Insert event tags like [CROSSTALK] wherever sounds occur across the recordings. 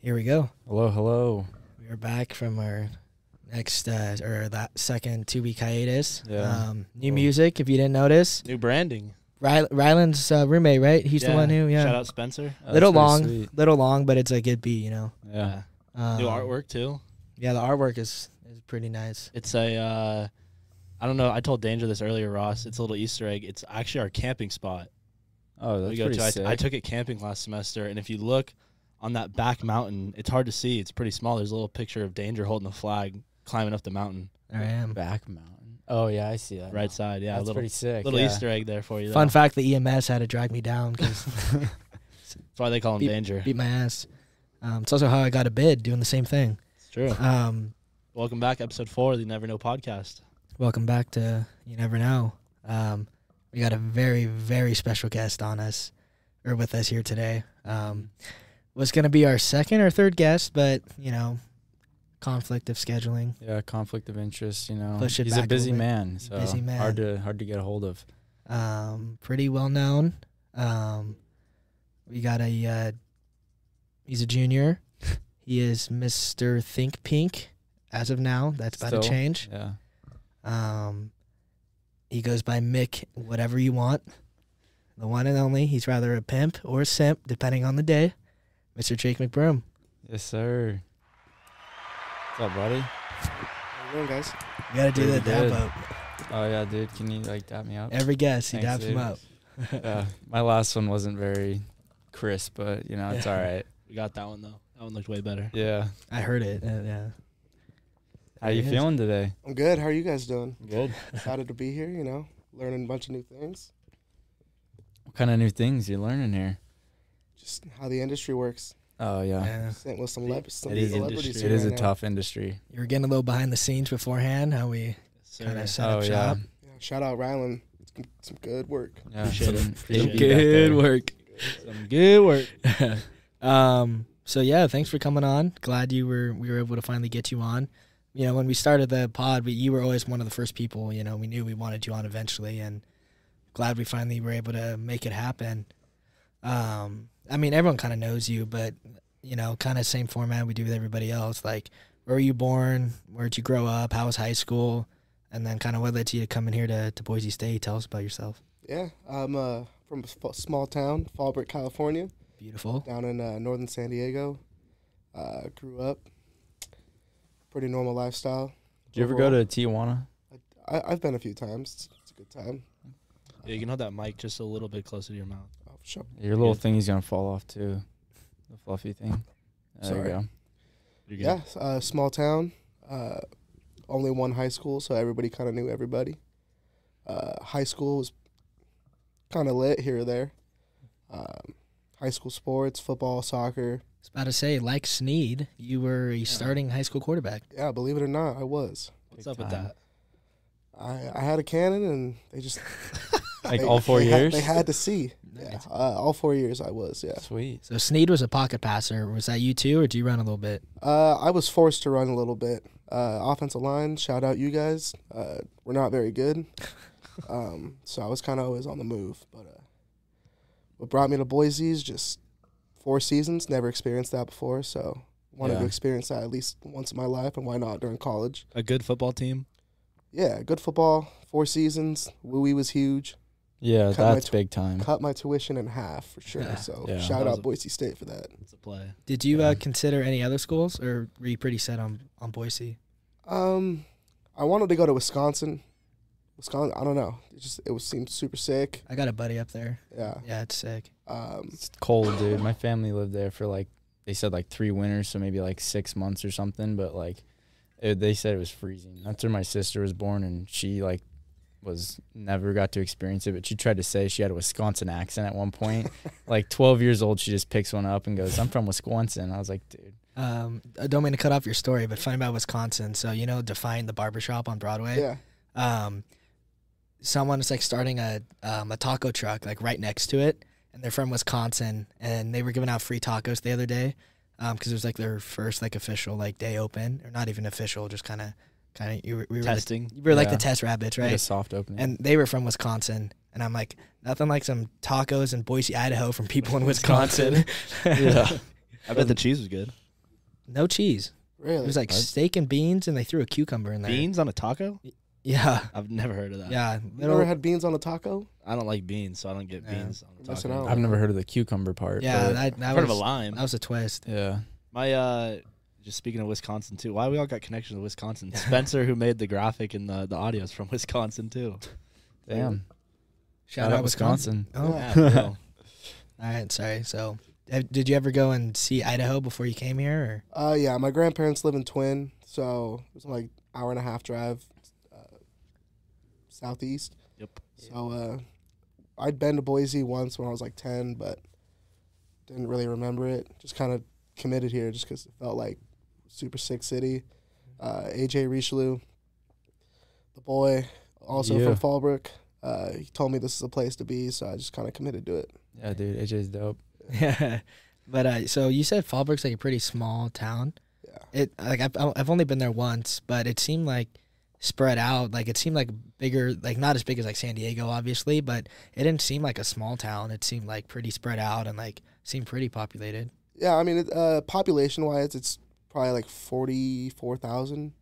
Here we go. Hello, hello. We are back from our next uh, or that second two week hiatus. Yeah. Um, new Cool. music, if you didn't notice. New branding. Ry- Ryland's uh, roommate, right? He's the one who, yeah. Shout out Spencer. Oh, little that's long, pretty sweet. little long, but it's a good beat, you know. Yeah. Um, New artwork too. Yeah, the artwork is is pretty nice. It's a. Uh, I don't know. I told Danger this earlier, Ross. It's a little Easter egg. It's actually our camping spot. Oh, that's we go pretty to. I, sick. I took it camping last semester, and if you look on that back mountain, it's hard to see. It's pretty small. There's a little picture of Danger holding the flag climbing up the mountain, There I am. back mountain. Oh yeah, I see that. right side. Yeah, That's a little pretty sick. little yeah. Easter egg there for you. Fun though. fact: the EMS had to drag me down because [LAUGHS] That's why they call him Beep, Danger. beat my ass. Um, it's also how I got a bid doing the same thing. [LAUGHS] It's true. Um, Welcome back, episode four of the Never Know podcast. welcome back to You Never Know. Um, we got a very very special guest on us or with us here today. Um, was going to be our second or third guest, but you know, conflict of scheduling. Yeah, conflict of interest. You know, Push it he's back a a busy little bit. man. So Busy man. Hard to hard to get a hold of. um, pretty well known. Um, we got a uh, he's a junior. [LAUGHS] he is Mister Think Pink as of now. That's about to Still. change. Yeah. Um, he goes by Mick, whatever you want, the one and only. He's rather a pimp or a simp, depending on the day. Mister Jake McBroom. Yes, sir. What's up, buddy? How you doing, guys? You gotta do Pretty that dab good. up. Oh yeah, dude. Can you like dap me up? Every guest, he dabs Thanks, him dude. up. Yeah. My last one wasn't very crisp, but you know it's [LAUGHS] all right. We got that one though. That one looked way better. Yeah. [LAUGHS] I heard it. uh, yeah. How you Yes. feeling today? I'm good. How are you guys doing? Good. Excited to be here, you know, learning a bunch of new things. What kind of new things you learning here? Just how the industry works. Oh yeah. Yeah. Sitting with some, lep- some It is celebrities industry. here It is right a now. tough industry. You were getting a little behind the scenes beforehand. How we Sir. kind of set Oh up yeah. shop. Yeah, shout out Rylan. Some, some good work. Yeah. Appreciate it. Some Appreciate good you back there. work. Some good work. [LAUGHS] um, so yeah, thanks for coming on. Glad you were we were able to finally get you on. You know, when we started the pod, we, you were always one of the first people. You know, we knew we wanted you on eventually, and glad we finally were able to make it happen. Um, I mean, everyone kind of knows you, but you know, kind of same format we do with everybody else. Like, where were you born? Where'd you grow up? How was high school? And then, kind of, what led you to coming here to, to Boise State? Tell us about yourself. Yeah, I'm uh, from a sp- small town, Fallbrook, California, Beautiful. down in uh, northern San Diego. Uh, grew up. Pretty normal lifestyle. Did you ever go to Tijuana? I, I've been a few times. It's, it's a good time. Yeah, you can hold that mic just a little bit closer to your mouth. Oh, for sure. Your little Good. thing is gonna fall off too. The fluffy thing. There Sorry. you go. You're good. Yeah, uh, small town. Uh, only one high school, so everybody kind of knew everybody. Uh, high school was kind of lit here or there. Um, high school sports, football, soccer. I was about to say, like Sneed, you were a starting high school quarterback. Yeah, believe it or not, I was. What's Big up with time. that? I, I had a cannon, and they just Like they- all [LAUGHS] four they had- years. they had to see. Yeah, Nice. uh, all four years I was. Yeah, Sweet. So Sneed was a pocket passer. Was that you too, or do you run a little bit? uh, I was forced to run a little bit. Uh, offensive line, shout out you guys. Uh, we're not very good, um, so I was kind of always on the move. But uh, what brought me to Boise is just four seasons. Never experienced that before, so wanted Yeah. to experience that at least once in my life, and why not during college? A good football team. Yeah, good football. Four seasons. Woo-wee was huge. Yeah, Cut my that's tw- big time. Cut my tuition in half for sure. Yeah. So Mm. Yeah. shout That was out a- Boise State for that. It's a play. Did you Yeah. uh, consider any other schools, or were you pretty set on on Boise? Um, I wanted to go to Wisconsin. Wisconsin, I don't know. It just it was seemed super sick. I got a buddy up there. Yeah. Yeah, it's sick. Um, It's cold, dude. My family lived there for like they said like three winters, so maybe like six months or something. But like it, they said it was freezing. That's where my sister was born, and she like was never got to experience it, but she tried to say she had a Wisconsin accent at one point. like 12 years old, she just picks one up and goes, "I'm from Wisconsin." I was like, "Dude, Um, I don't mean to cut off your story, but funny about Wisconsin. So you know, Define the barbershop on Broadway. Yeah. Um, someone is like starting a um, a taco truck like right next to it, and they're from Wisconsin, and they were giving out free tacos the other day, um, because it was like their first like official like day open, or not even official, just kind of kind of you were, we were the- testing. you were like the Yeah. test rabbits, right. right? a soft opening." and they were from Wisconsin. And I'm like, nothing like some tacos in Boise, Idaho from people in [LAUGHS] Wisconsin. [LAUGHS] yeah. I bet the cheese was good. no cheese. It Really? was like What? steak and beans, and they threw a cucumber in there. Beans on a taco? Yeah. I've never heard of that. Yeah. you Little, never had beans on a taco? I don't like beans, so I don't get Yeah. beans on a You're missing taco. out. I've never heard of the cucumber part. Oh. yeah. but- That, that I've heard of a was, lime. that was a twist. yeah. My uh just speaking of Wisconsin too, why we all got connections to Wisconsin. Spencer who made the graphic and the, the audio is from Wisconsin too. Damn. Shout, out, Wisconsin. Oh. Yeah. Yeah, for real. All right. Sorry. So, uh, did you ever go and see Idaho before you came here? Or? Uh, yeah, my grandparents live in Twin, so it was like hour and a half drive uh, southeast. Yep. So uh, I'd been to Boise once when I was like ten, but didn't really remember it. Just kind of committed here, just because it felt like super sick city. Uh, AJ Richelieu, the boy, also Yeah. from Fallbrook. Uh, he told me this is a place to be, so I just kind of committed to it. Yeah, dude, AJ's dope. Yeah. [LAUGHS] But uh, so you said Fallbrook's like a pretty small town. Yeah. It like I've I've only been there once, but it seemed like spread out. Like it seemed like bigger, like not as big as like San Diego, obviously, but it didn't seem like a small town. It seemed like pretty spread out and like seemed pretty populated. Yeah, I mean, it, uh, population wise, it's probably like forty four thousand.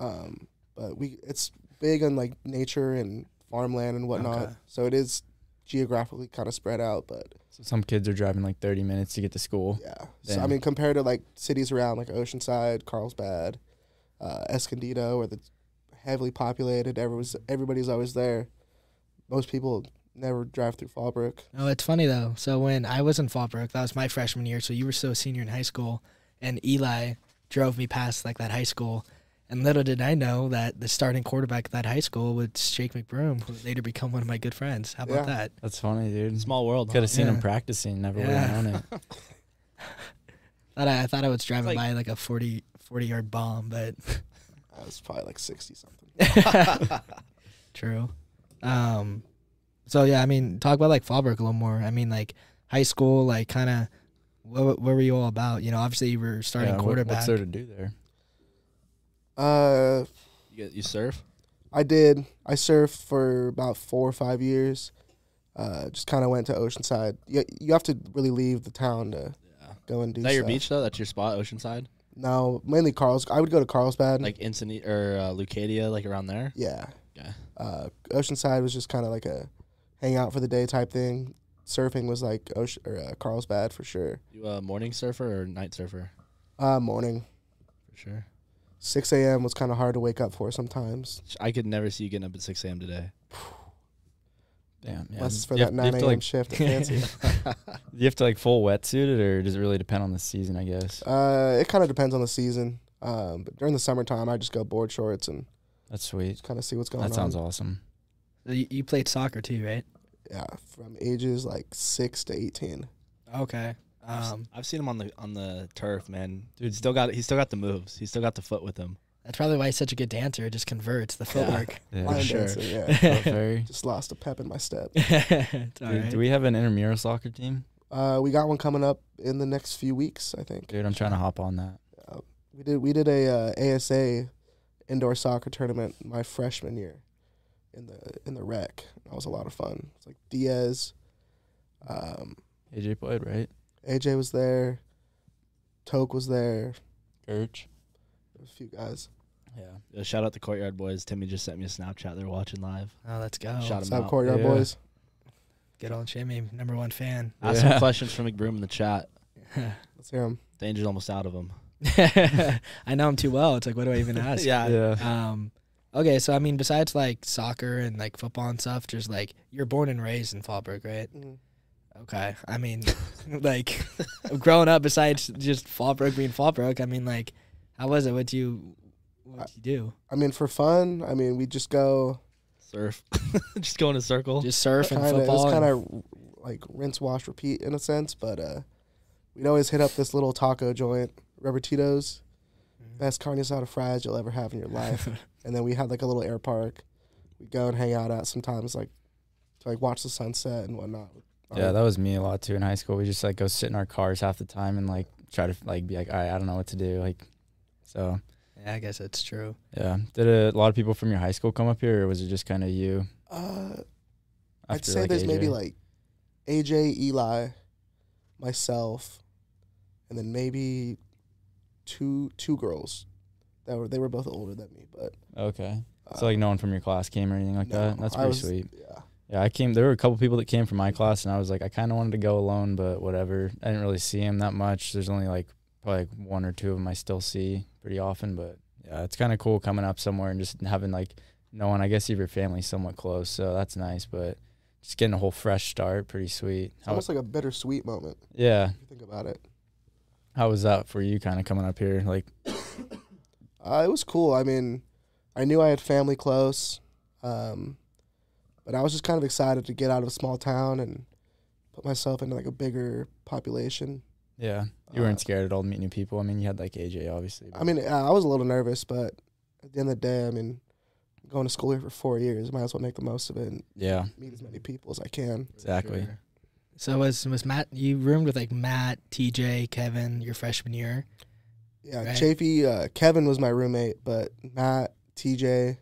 Um, but we it's big on like nature and farmland and whatnot, Okay. so it is geographically kind of spread out. But So some kids are driving like 30 minutes to get to school. yeah, so I Damn. mean, compared to like cities around like Oceanside, Carlsbad, uh, Escondido, where it's heavily populated, everyone's everybody's always there. Most people never drive through Fallbrook. Oh, it's funny though. So when I was in Fallbrook, that was my freshman year. So you were still a senior in high school, and Eli drove me past like that high school. And little did I know that the starting quarterback at that high school was Jake McBroom, who would later become one of my good friends. How about Yeah. that? That's funny, dude. Small world. Could have seen Yeah. him practicing, never would Yeah. [LAUGHS] have known it. Thought I, I thought I was driving like- by like a 40, 40 yard bomb, but I was probably like sixty something. true. Um, so yeah, I mean, talk about like Fallbrook a little more. I mean, like high school, like kind of what, what were you all about? You know, obviously you were starting Yeah, what- quarterback. What's there to do there? Uh, You, get- you surf? I did. I surfed for about four or five years. Uh, just kind of went to Oceanside. You, you have to really leave the town to Yeah. go and do. Is that your stuff. beach though? That's your spot, Oceanside? No, mainly Carl's. I would go to Carlsbad. Like Encini or uh, Lucadia, like around there? yeah. Okay. Uh, Oceanside was just kind of like a hang out for the day type thing. Surfing was like Ocean or uh, Carlsbad for sure. You a morning surfer or night surfer? Uh, morning, For sure. six a.m. was kind of hard to wake up for sometimes. I could never see you getting up at six AM today. Damn. [LAUGHS] Yeah. [LAUGHS] Unless it's for you have- that you have nine to, a.m. like- [LAUGHS] shift. at Fancy. You have to like full wetsuit it, or does it really depend on the season? I guess uh, it kind of depends on the season. Um, but during the summertime, I just go board shorts and that's sweet. just kind of see what's going That on. sounds awesome. So you, you played soccer too, right? yeah, from ages like six to eighteen. Okay. I've s- Um, I've seen him on the on the turf, man. Dude, Dude. still got he's still got the moves. He's still got the foot with him. that's probably why he's such a good dancer. It just converts the footwork. Yeah. [LAUGHS] Line sure. dancing, yeah. [LAUGHS] Fort Ferry. Just lost a pep in my step. It's all Dude, right. Do we have an intramural soccer team? Uh, we got one coming up in the next few weeks, I think. Dude, I'm trying to hop on that. We did we did a uh, ASA indoor soccer tournament my freshman year in the in the rec. That was a lot of fun. It's like Diaz, um, AJ played, right? AJ was there, Toke was there, Gerch. a few guys. Yeah. Uh, shout out the courtyard boys. Timmy just sent me a Snapchat. They're watching live. Oh, let's go. Shot What's him up, out. courtyard Yeah. boys? Good old Jimmy, number one fan. [LAUGHS] Ask Yeah. some questions from McBroom in the chat. Let's hear them. The angel's almost out of him. I know him too well. It's like, what do I even ask? yeah. Yeah. Um, okay, so I mean, besides like soccer and like football and stuff, just like you're born and raised in Fallbrook, right? Okay, I mean, [LAUGHS] like growing up, besides just Fallbrook being Fallbrook, I mean, like, how was it? What do you, what do you do? I mean, for fun. I mean, we just go. Surf. [LAUGHS] just go in a circle. Just surf and Kinda, it football. and- was kind of like rinse, wash, repeat in a sense. But uh, we'd always hit up this little taco joint, Robertito's, Mm. best carne asada fries you'll ever have in [LAUGHS] your life. and then we had like a little air park. We'd go and hang out at sometimes, like to like watch the sunset and whatnot. Yeah, that was me a lot too in high school. We just like go sit in our cars half the time and like try to like be like, all right, I don't know what to do. Like, so yeah, I guess that's true. yeah. Did a lot of people from your high school come up here, or was it just kind of you? Uh, I'd after, say there's maybe AJ? like AJ, Eli, myself, and then maybe two two girls that were they were both older than me, but okay. uh, So like no one from your class came or anything like that. no, That's I pretty was- sweet. yeah. Yeah, I came. There were a couple people that came from my class, and I was like, I kind of wanted to go alone, but whatever. I didn't really see him that much. There's only like probably like one or two of them I still see pretty often, but yeah, it's kind of cool coming up somewhere and just having like no one. I guess you have your family somewhat close, so that's nice, but just getting a whole fresh start, pretty sweet. It's How, almost like a bittersweet moment. yeah, If you think about it. how was that for you? Kind of coming up here, like Uh, it was cool. I mean, I knew I had family close, um, but I was just kind of excited to get out of a small town and put myself into like a bigger population. yeah, you Uh, weren't scared at all to meet new people. I mean, you had like AJ, obviously. but- I mean, uh, I I was a little nervous, but at the end of the day, I mean, going to school here for four years, might as well make the most of it and yeah, meet as many people as I can. exactly. Sure. So was was Matt? You roomed with like Matt, TJ, Kevin your freshman year. Yeah, Right. Chafee, uh, Kevin was my roommate, but Matt, TJ,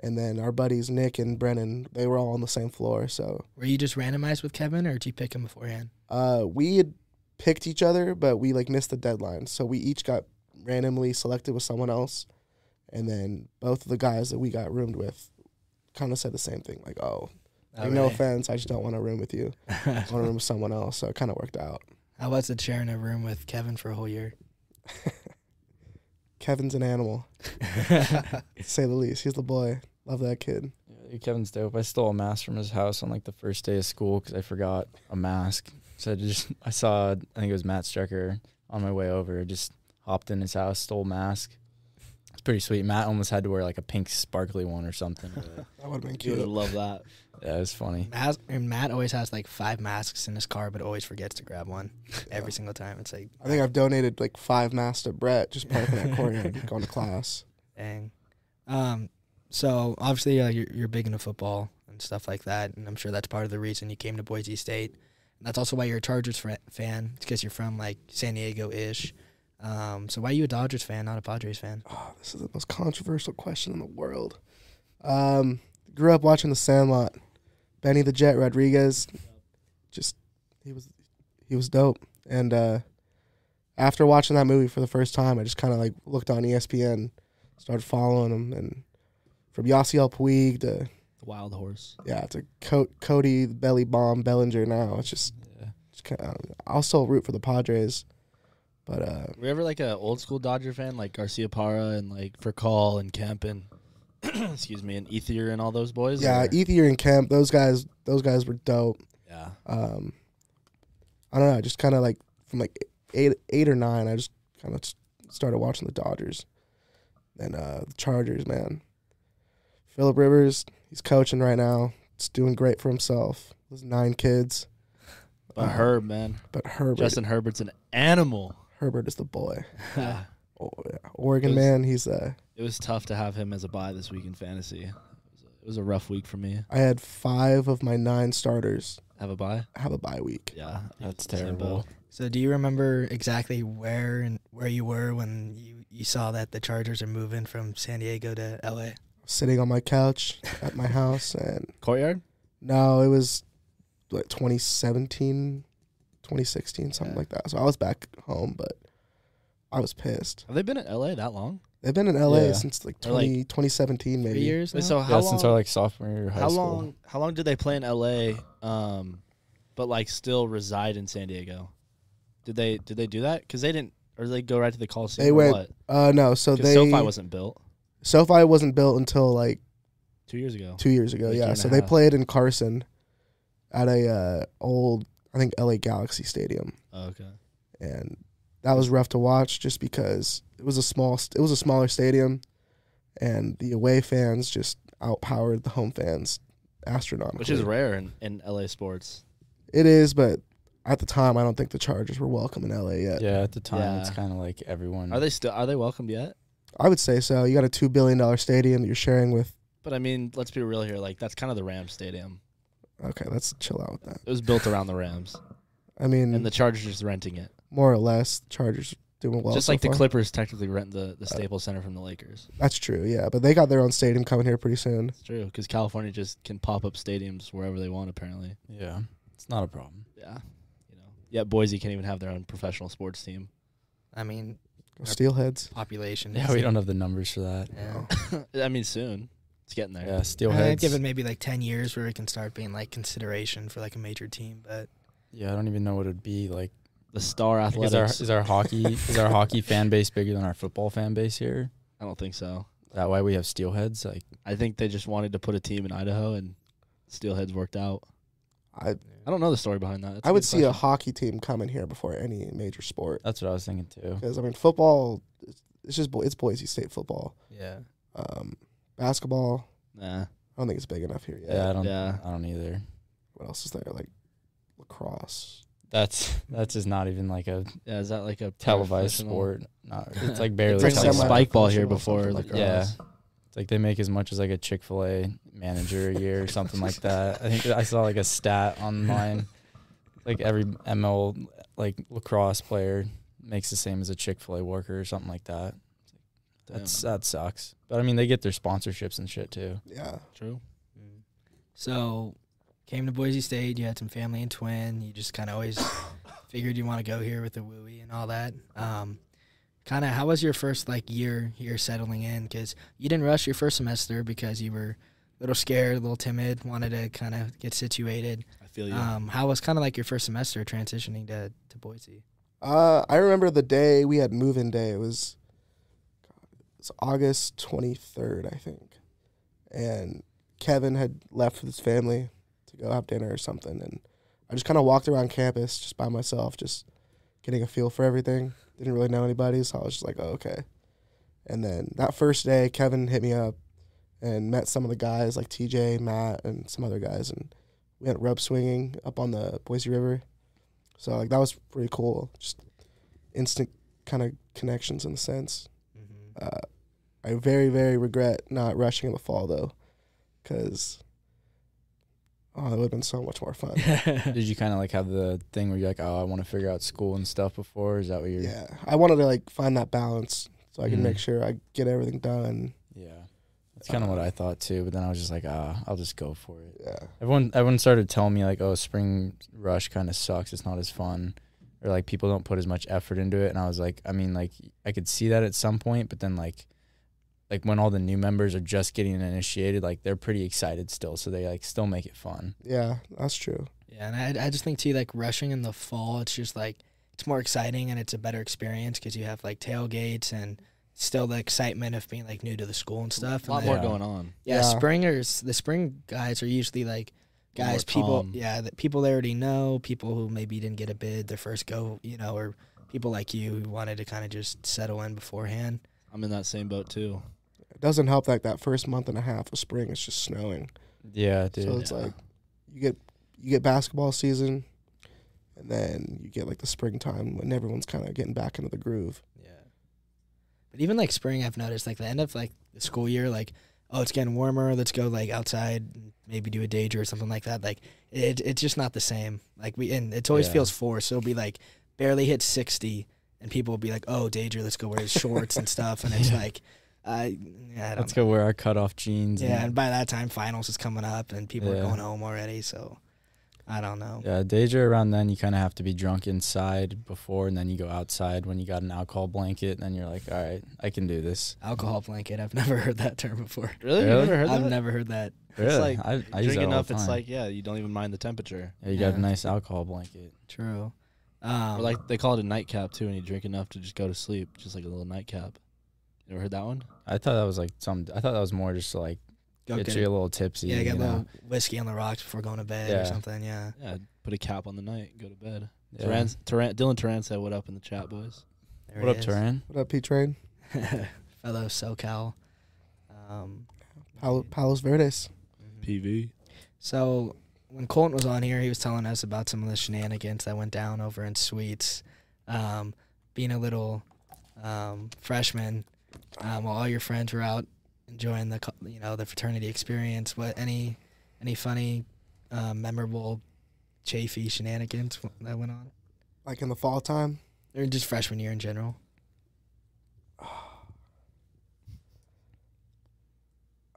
and then our buddies Nick and Brennan, they were all on the same floor. So Were you just randomized with Kevin, or did you pick him beforehand? uh, we had picked each other, but we like missed the deadline. So we each got randomly selected with someone else, and then both of the guys that we got roomed with kind of said the same thing, like, "Oh, Oh, like, no really? offense, I just don't want to room with you." [LAUGHS] on a room with someone else, so it kind of worked out. I was at sharing a room with Kevin for a whole [LAUGHS] year. Kevin's an animal, to say the least. He's the boy. Love that kid. Yeah, dude, Kevin's dope. I stole a mask from his house on like the first day of school because I forgot a mask. So I just I saw I think it was Matt Strecker on my way over. I Just hopped in his house, stole a mask. It's pretty sweet. Matt almost had to wear like a pink sparkly one or something. [LAUGHS] but, That would have been You would cute. love that. yeah, it was funny. Mas- and Matt always has like five masks in his car, but always forgets to grab one every single time. It's like, I think I've donated like five masks to Brett just parking that courtyard and going to class. dang. Um, so obviously uh, you're, you're big into football and stuff like that, and I'm sure that's part of the reason you came to Boise State. And that's also why you're a Chargers fr- fan. It's because you're from like San Diego ish. Um, so why are you a Dodgers fan, not a Padres fan? Oh, this is the most controversial question in the world. Um, grew up watching The Sandlot. Benny the Jet Rodriguez, just he was he was dope. And uh, after watching that movie for the first time, I just kind of like looked on E ESPN, started following him, and from Yasiel Puig to The wild horse. yeah to Co- Cody Belly Bomb Bellinger. Now it's just, Yeah. just kind of, I'll still root for the Padres, but uh, Were you ever like a old school Dodger fan, like Garcia Parra and like Furcal and Kemp and [CLEARS THROAT] excuse me and Ethier and all those boys? yeah, E- or- Ethier and Kemp, those guys, those guys were dope. yeah. um, I don't know, just kind of like from like eight, eight or nine, I just kind of started watching the Dodgers, and uh, the Chargers. Man, Philip Rivers, he's coaching right now. It's doing great for himself. There's nine kids, But Herb, man, but Herbert, Justin Herbert's an animal. Herbert is the boy. Yeah. O- Oregon It was- man, he's uh, It was tough to have him as a buy this week in fantasy. It was a, it was a rough week for me. I had five of my nine starters Have a buy? have a bye week. Yeah, I think That's it's the same terrible. boat. So do you remember exactly where and where you were when you, you saw that the Chargers are moving from San Diego to LA? Sitting on my couch at my house, and Courtyard. No, it was what 2017, 2016, something Yeah. like that. So I was back home, but I was pissed. Have they been in LA that long? They've been in LA Yeah. since like, Or, like, 20, 2017 maybe. Three years. Wait, now? so Yeah, how long? since our like sophomore year of high how school. long? How long did they play in LA? Um, but like still reside in San Diego? Did they did they do that? Because they didn't, or did they go right to the Coliseum? They or went- What? Uh no, so 'Cause they SoFi wasn't built SoFi wasn't built until like two years ago. 2 years ago. Like, two yeah, and a so they half. played in Carson at a uh, old I think LA Galaxy stadium Oh, okay. and that was rough to watch just because it was a small st- it was a smaller stadium and the away fans just outpowered the home fans astronomically. which is rare in, in LA sports. It is, but at the time, I don't think the Chargers were welcome in LA yet. Yeah, at the time it's Yeah. kind of like everyone. Are they still are they welcomed yet? I would say so. You got a two billion dollar stadium that you're sharing with. But I mean, let's be real here. Like that's kind of the Rams stadium. Okay, let's chill out with that. It was built around the Rams, I mean, and the Chargers just renting it, more or less, Chargers doing well. just so like the far. Uh, Clippers technically rent the the Staples Center from the Lakers. That's true. Yeah, but they got their own stadium coming here pretty soon. It's true because California just can pop up stadiums wherever they want. Apparently, Yeah, it's not a problem. yeah, you know. Yeah, Boise can't even have their own professional sports team. I mean, Go Steelheads. population. Yeah, is- we don't have the numbers for that. Yeah. [LAUGHS] Oh. I mean, soon it's getting there. Yeah, I'd steelheads. give it maybe like ten years where it can start being like consideration for like a major team, but yeah, I don't even know what it'd be like. The Star like, is our Athletics. is our hockey is our hockey fan base bigger than our football fan base here? I don't think so. That why we have steelheads. Like I think they just wanted to put a team in Idaho, and Steelheads worked out. I I don't know the story behind that. That's I would see a. a good question. hockey team coming here before any major sport. that's what I was thinking too. Because I mean, football. it's- It's just Bo- it's Boise State football. yeah. Um, basketball. Nah. I don't think it's big enough here yet. Yeah, I don't. yeah. I don't either. What else is there? Like lacrosse. That's that's just not even like a Yeah, is that like a televised professional- [LAUGHS] sport. Not, it's like barely. It's like televised. spike ball here Professional before. or Like, something Yeah. yeah, It's like they make as much as like a Chick Fil A manager a year or something like that. I think I saw like a stat online, like every ML like lacrosse player makes the same as a Chick Fil A worker or something like that. That's that sucks. But I mean, they get their sponsorships and shit too. Yeah. true. So came to Boise State, you had some family in Twin, you just kinda always figured you want to go here with the wooey and all that. Um kind of how was your first like year here settling in cuz you didn't rush your first semester because you were a little scared, a little timid, wanted to kind of get situated. I feel you. Um how was kind of like your first semester transitioning to to Boise? Uh, I remember the day we had move-in day. It was, it's August twenty third, I think, and Kevin had left with his family to go have dinner or something, and I just kind of walked around campus just by myself, just getting a feel for everything. Didn't really know anybody, so I was just like, oh, okay. And then that first day, Kevin hit me up and met some of the guys like TJ, Matt, and some other guys, and we went rope swinging up on the Boise River. So like that was pretty cool. Just instant kind of connections in a sense. Uh, I very very regret not rushing in the fall though, because oh, that would have been so much more fun. Did you kind of like have the thing where you're like, oh, I want to figure out school and stuff before? Is that what you're? yeah, I wanted to like find that balance so I can Mhm. make sure I get everything done. Yeah. That's kind of what I thought too. But then I was just like, ah, I'll just go for it. Yeah, Everyone, everyone started telling me like, "Oh, spring rush kind of sucks. It's not as fun," or like people don't put as much effort into it. And I was like, I mean, like I could see that at some point, but then like, like when all the new members are just getting initiated, like they're pretty excited still, so they like still make it fun. yeah, that's true. Yeah, and I, I just think too, like rushing in the fall, it's just like it's more exciting and it's a better experience because you have like tailgates and still the excitement of being like new to the school and stuff. a lot and more then- Yeah. going on. Yeah, Yeah. springers. The spring guys are usually like More guys people. calm. Yeah, that people they already know, people who maybe didn't get a bid their first go, you know, or people like you who wanted to kind of just settle in beforehand. I'm in that same boat too. It doesn't help like that first month and a half of spring. It's just snowing, Yeah, dude. so it's yeah. like you get you get basketball season, and then you get like the springtime when everyone's kind of getting back into the groove. Yeah. But even like spring, I've noticed like the end of like the school year, like oh, it's getting warmer. Let's go like outside, and maybe do a day or something like that. Like it, it's just not the same. Like we and it always Yeah. feels forced. It'll be like barely hit sixty, and people will be like, oh, Danger, let's go wear shorts and stuff. And it's [LAUGHS] Yeah. like, I, I Let's don't. go wear our cutoff jeans. know. Yeah, and by that time, finals is coming up, and people Yeah. are going home already. So I don't know. Yeah, Deja around then you kind of have to be drunk inside before, and then you go outside when you got an alcohol blanket, and then you're like, all right, I can do this. Alcohol blanket. I've [LAUGHS] never heard that term before. Really? Really? You never heard I've that? never heard that. Really? like, I, I use Drink that all enough, the it's time. like yeah, you don't even mind the temperature. yeah, you got Yeah. a nice alcohol blanket. True. Um, Or like they call it a nightcap too, and you drink enough to just go to sleep, just like a little nightcap. You ever heard that one? I thought that was like some. I thought that was more just to like go get get you a little tipsy. Yeah, get you a know? little whiskey on the rocks before going to bed Yeah. or something. Yeah. Yeah, put a cap on the night, go to bed. Yeah. Taran, Taran, Dylan Taran said, "What up in the chat, boys?" There What up, it Turan? [LAUGHS] What up, P Train? is. Fellow SoCal. Um, Mhm. Palo, Palos Verdes. PV. So when Colton was on here, he was telling us about some of the shenanigans that went down over in Sweets. Um, being a little um, freshman, um, while all your friends were out enjoying the co- you know the fraternity experience, what any any funny, um, memorable, chafy shenanigans w- that went on, Like in the fall time, or just freshman year in general?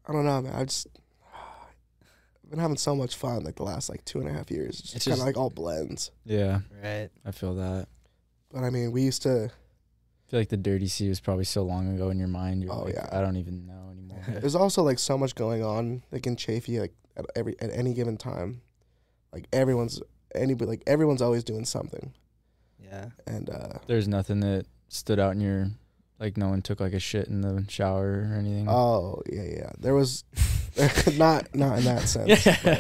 I don't know, man. I just I've been having so much fun like the last like two and a half years. It's It's just kind just- of like all blends. Yeah, Right. I feel that. But I mean, we used to. I feel like the dirty sea was probably so long ago in your mind. You're Oh, like, yeah. I don't even know anymore. [LAUGHS] There's also like so much going on like in Chafee like at every at any given time, like everyone's anybody like everyone's always doing something, Yeah. and uh There's nothing that stood out in your like no one took like a shit in the shower or anything. oh yeah yeah there was [LAUGHS] not not in that sense. yeah.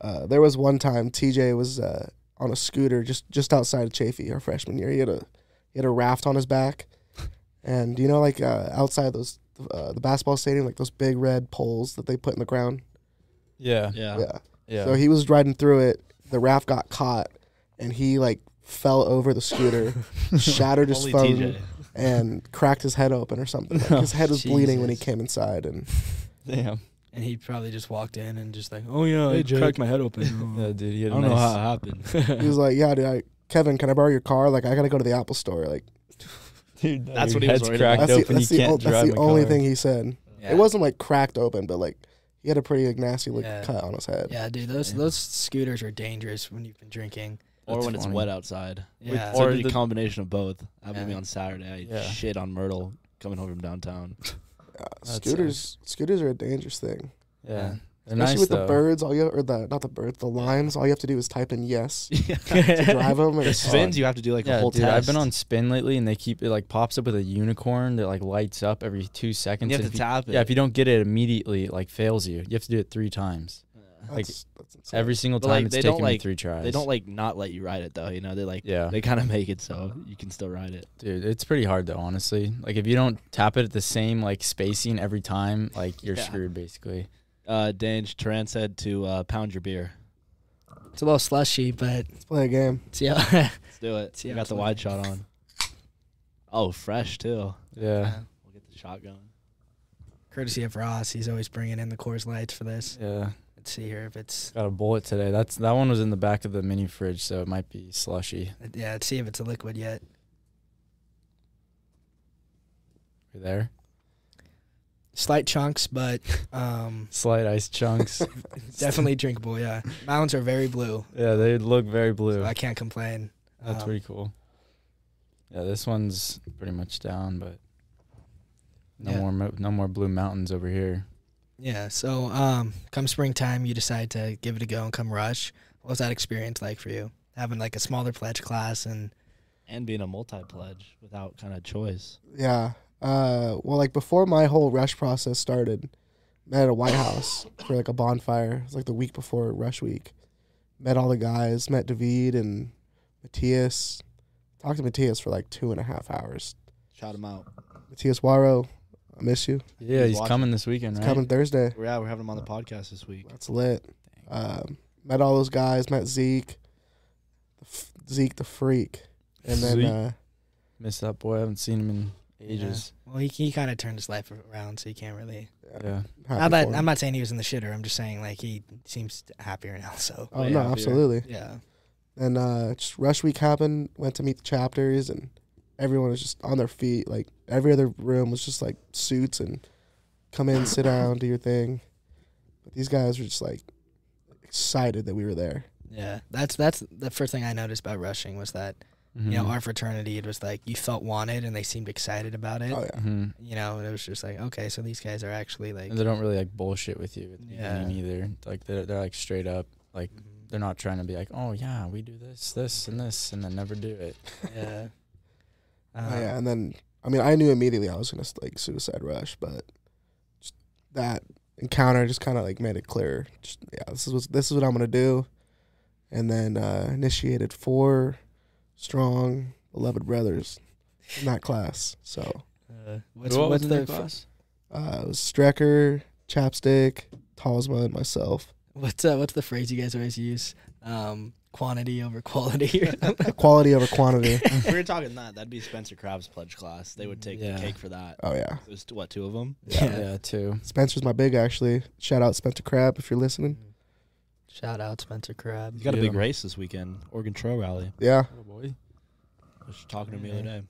Uh, there was one time TJ was uh, on a scooter just just outside of Chafee our freshman year. He had a he had a raft on his back, and you know like uh, outside those uh, the basketball stadium, like those big red poles that they put in the ground. Yeah. Yeah. Yeah. Yeah. So he was riding through it. The raft got caught, and he like fell over the scooter, shattered his Only phone, TJ. and cracked his head open or something. Like, his head was bleeding when he Jesus. came inside, and Damn. And he probably just walked in and just like, oh yeah, Hey, I Jake. cracked my head [LAUGHS] open. Yeah, dude. He I had a don't know how nice- it happened. he was like, "Yeah, dude, I, Kevin, can I borrow your car? Like, I gotta go to the Apple store. Like, [LAUGHS] Dude, That's your what he was head's worried about. cracked that's the, open. that's you the, can't o- drive that's the my only car. thing he said. Yeah. It wasn't like cracked open, but like he had a pretty like, nasty look Yeah. cut on his head. Yeah, dude, those Yeah. those scooters are dangerous when you've been drinking. or That's when it's funny. wet outside. Yeah. It's like Or the the- combination of both. Happened to me Yeah. on Saturday. I Yeah. shit on Myrtle coming home [LAUGHS] from downtown. Uh, That's scooters, scooters are a dangerous thing, Yeah. They're especially nice with though. the birds. All you or the not the birds, the limes. All you have to do is type [LAUGHS] in [LAUGHS] yes to drive them. And the it's spins fun. you have to do like yeah, a whole dude. test. I've been on spin lately, and they keep it like pops up with a unicorn that like lights up every two seconds. And you and have if to tap it. Yeah, if you don't get it immediately, it like fails you. You have to do it three times. That's, like, that's insane. Every single But, time, like, it's they taking don't, me like- three tries. they don't like not let you ride it though. You know they like Yeah, they kind of make it so you can still ride it. dude, it's pretty hard though, honestly. Like if you don't tap it at the same like spacing every time, like you're Yeah. screwed basically. Uh, Dange Turan said to uh, pound your beer. It's a little slushy, but Let's play a game. see how Let's do it. See you how got it's the looking. wide shot on. Oh, fresh too. Yeah, We'll get the shot going. [LAUGHS] courtesy of Ross, he's always bringing in the Coors Lights for this. yeah. Let's see here if it's Got a bullet today. That's that one was in the back of the mini fridge, so it might be slushy. yeah. Let's see if it's a liquid yet. You there? Slight chunks, but [LAUGHS] um, Slight ice [LAUGHS] chunks. definitely drinkable. Yeah, mounds are very blue. yeah, they look very blue. So I can't complain. That's Um, pretty cool. Yeah, this one's pretty much down, but no Yeah. more mo- no more blue mountains over here. Yeah. So um, come springtime, you decide to give it a go and come rush. What was that experience like for you? Having like a smaller pledge class and And being a multi pledge without kind of choice. Yeah. Uh, well, like before my whole rush process started, met at a White House for like a bonfire. It was like the week before Rush Week. Met all the guys. Met David and Matthias. Talked to Matthias for like two and a half hours. Shout him out. Matthias Waro, I miss you. Yeah, He's he's, watching. coming this weekend, It's right? coming Thursday. Yeah, we're having him on the podcast this week. That's lit. Um, met all those guys. Met Zeke. F- Zeke the freak. And then Zeke. uh, Miss that boy. I haven't seen him in Yeah. ages. well, he he kind of turned his life around, so you can't really. Yeah. happy Not that, for him. I'm not saying he was in the shitter. I'm just saying like he seems happier now. [LAUGHS] So oh way no, happier. absolutely. yeah. And uh, just rush week happened. Went to meet the chapters, and everyone was just on their feet. Like every other room was just like suits and come in, sit down, do your thing. But these guys were just like excited that we were there. Yeah, that's that's the first thing I noticed about rushing was that you Mm-hmm. Mm-hmm. know our fraternity it was like you felt wanted and they seemed excited about it. Oh yeah, Mhm. You know, and it was just like okay, so these guys are actually like And they don't really like bullshit with you at the Yeah. beginning either. Like they're they're like straight up. Like Mhm. they're not trying to be like, oh yeah, we do this, this, and this, and then never do it. yeah. oh, yeah. Um, And then I mean, I knew immediately I was gonna like suicide rush, but just that encounter just kind of like made it clear. Just, yeah, this is what this is what I'm gonna do. And then uh, initiated four strong beloved brothers in that class. So. [LAUGHS] uh, what's what's the f- Uh, it was Strecker, Chapstick, Tosma, and myself. What's uh, what's the phrase you guys always use? Um, quantity over quality. [LAUGHS] or something. Quality over quantity. If we were talking that, that'd be Spencer Crab's pledge class. They would take Yeah. the cake for that. Oh yeah, It was what two of them? Yeah. yeah too. Spencer's my big actually. Shout out Spencer Crab if you're listening. Shout out Spencer Crab. You You got a big Yeah. race this weekend, Oregon Trail Rally. Yeah, Oh boy. I was talking to him the other day.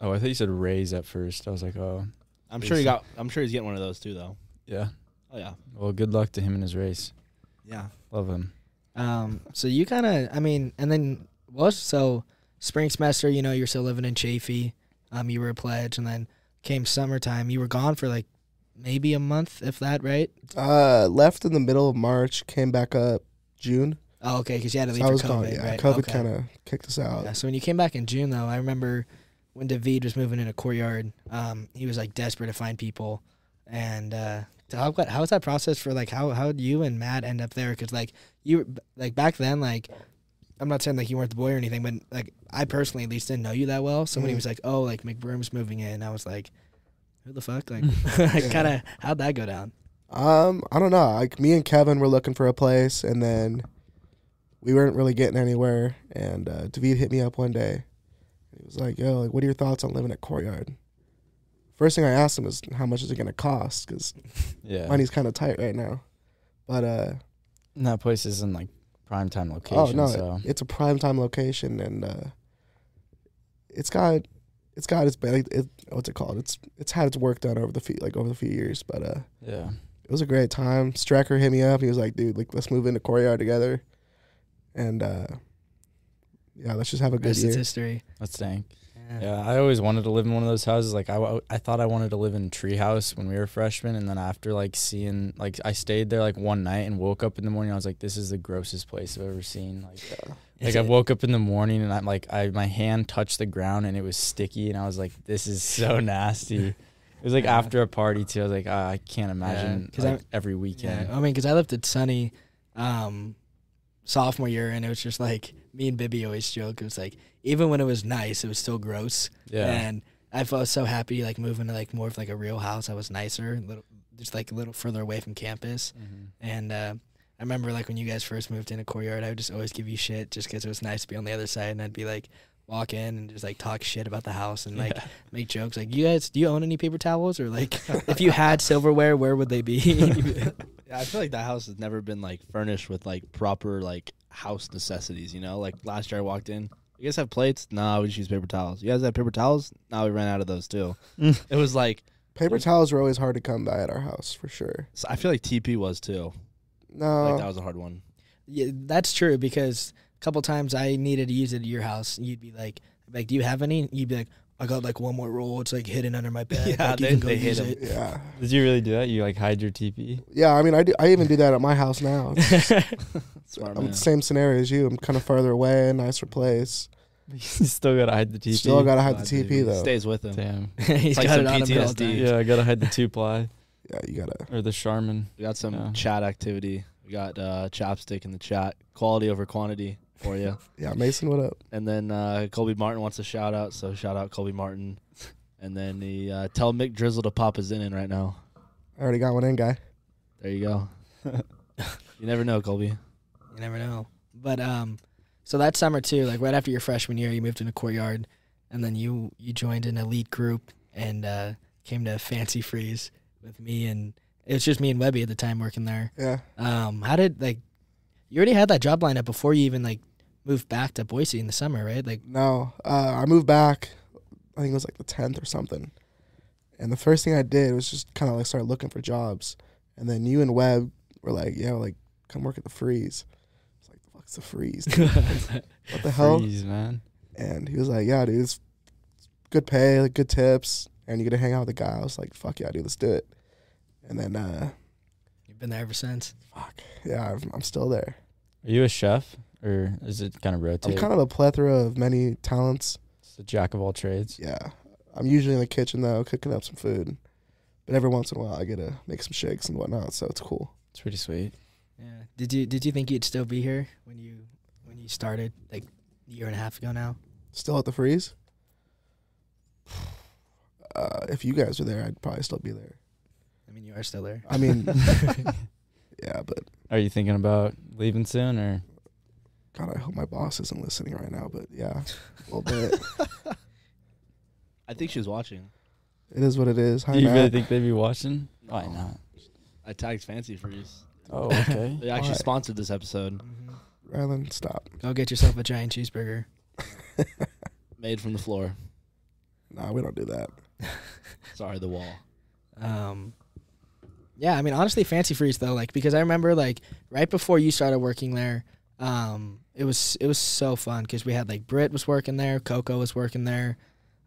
Oh, I thought you said raise at first. I was like, oh, I'm sure he got. I'm sure he's getting one of those too, though. yeah. Oh yeah, Well, good luck to him in his race. yeah. Love him. Um, so you kind of, I mean, and then was so spring semester. You know, you're still living in Chafee. Um, you were a pledge, and then came summertime. You were gone for like maybe a month, if that, right? uh, left in the middle of March, came back up June. Oh, okay, because you had to So leave I for was COVID. gone. Yeah, right? COVID Okay. kind of kicked us out. Yeah, so when you came back in June, though, I remember when David was moving in a courtyard. Um, he was like desperate to find people, and uh, so how what, how was that process for like how how did you and Matt end up there? Because like you like back then like. I'm not saying like you weren't the boy or anything, but like I personally at least didn't know you that well. So when he Mhm. was like, "Oh, like McBroom's moving in," I was like, "Who the fuck?" [LAUGHS] Like, [LAUGHS] kind of how'd that go down? Um, I don't know. Like me and Kevin were looking for a place, and then we weren't really getting anywhere. And uh, David hit me up one day. He was like, "Yo, like, what are your thoughts on living at Courtyard?" First thing I asked him is, "How much is it gonna cost?" Because Yeah. money's kind of tight right now. But uh, And that place is in like prime time location. oh no, so it- it's a prime time location, and uh, it's got it's got its ba- it, what's it called? It's it's had its work done over the few like over the few years, but uh, yeah. it was a great time. Stracker hit me up. He was like, dude, like let's move into courtyard together. And uh yeah, let's just have a good Rest is year. history. That's dank. Yeah, I always wanted to live in one of those houses. Like I, wa- I thought I wanted to live in Treehouse when we were freshmen, and then after like seeing, like I stayed there like one night and woke up in the morning. I was like, this is the grossest place I've ever seen. [LAUGHS] Like, like Is [LAUGHS] I it- woke up in the morning and I'm like, I my hand touched the ground and it was sticky, and I was like, this is so [LAUGHS] nasty. It was like Yeah. after a party too. I was like, ah, I can't imagine 'cause like, I'm- every Yeah, weekend. I mean, because I lived at Sunny um, sophomore year, and it was just like me and Bibby always joke. It was like even when it was nice, it was still gross. Yeah, And I felt so happy like moving to like more of like a real house. I was nicer, little just like a little further away from campus. Mhm. And uh, I remember like when you guys first moved into Courtyard, I would just always give you shit just because it was nice to be on the other side, and I'd be like. Walk in and just like talk shit about the house and like make jokes. Like, you guys, do you own any paper towels or like, if you had silverware, where would they [LAUGHS] [LAUGHS] be? Yeah, I feel like that house has never been like furnished with like proper like house necessities. You know, like last year I walked in. You guys have plates? Nah, we just use paper towels. You guys have paper towels? Nah, we ran out of those too. it was like Paper towels were always hard to come by at our house for sure. so I feel like TP was too. No. Uh, like that was a hard one. Yeah, that's true because a couple times I needed to use it at your house, and you'd be like, "Like, do you have any?" You'd be like, "I got like one more roll. It's like hidden under my bed. [LAUGHS] Yeah, like, you they- can go they hid use 'em. it." [LAUGHS] yeah. [LAUGHS] did you really do that? You like hide your teepee? Yeah, I mean I do, I even do that at my [LAUGHS] house now. Smart I'm man. the same scenario as you. I'm kind of farther away, nicer place. you still gotta hide the teepee. Still got to hide God, the dude, TP though. Stays with him. Damn. He's Like got it on some him at all PTSD. times. Yeah, I gotta hide the two ply Yeah, you got to. or the [LAUGHS] Charmin. We got some Yeah. chat activity. We got uh, chopstick in the chat. Quality over quantity for [LAUGHS] you. Yeah, Mason, what up? And then uh, Colby Martin wants a shout out, so shout out Colby Martin. And then the uh, tell Mick Drizzle to pop his in in right now. I already got one in, guy. There you [LAUGHS] go. you never know, Colby. You never know. But um, so that summer too, like right after your freshman year, you moved into Courtyard, and then you you joined an elite group and uh, came to Fancy Freeze with me and it was just me and Webby at the time working there. Yeah. Um, how did like you already had that job lined up before you even like moved back to Boise in the summer, right? Like No, uh, I moved back. I think it was like the tenth or something. And the first thing I did was just kind of like start looking for jobs. And then you and Webb were like, "Yeah, like come work at the freeze." I was like, "The fuck's the freeze? dude? What [LAUGHS] the hell?" Freeze, man. And he was like, "Yeah, dude, it's good pay, like good tips, and you get to hang out with the guy." I was like, "Fuck yeah, dude, let's do it." And then, uh, You've been there ever since. yeah, I'm, I'm still there. Are you a chef or is it kind of rotate? I'm kind of a plethora of many talents. It's the jack of all trades. Yeah. I'm usually in the kitchen though, cooking up some food. But every once in a while I get to make some shakes and whatnot, so it's cool. It's pretty sweet. Yeah. Did you did you think you'd still be here when you when you started like a year and a half ago now? Still at the freeze? [SIGHS] Uh, if you guys were there, I'd probably still be there. I I mean, you are still there. I mean, [LAUGHS] yeah, but Are you thinking about leaving soon or? God, I hope my boss isn't listening right now. But yeah, a little bit. I think she was watching. It is what it is. Hi, Do you Matt. really think they'd be watching? Why not? I tagged Fancy Freeze. Oh, [LAUGHS] okay. They actually Why? sponsored this episode, Rylan, stop. Go get yourself a giant cheeseburger. made from the floor. Nah, we don't do that. Sorry, the wall. Um, yeah, I mean, honestly, Fancy Freeze though, like because I remember like right before you started working there, um, it was it was so fun because we had like Britt was working there, Coco was working there,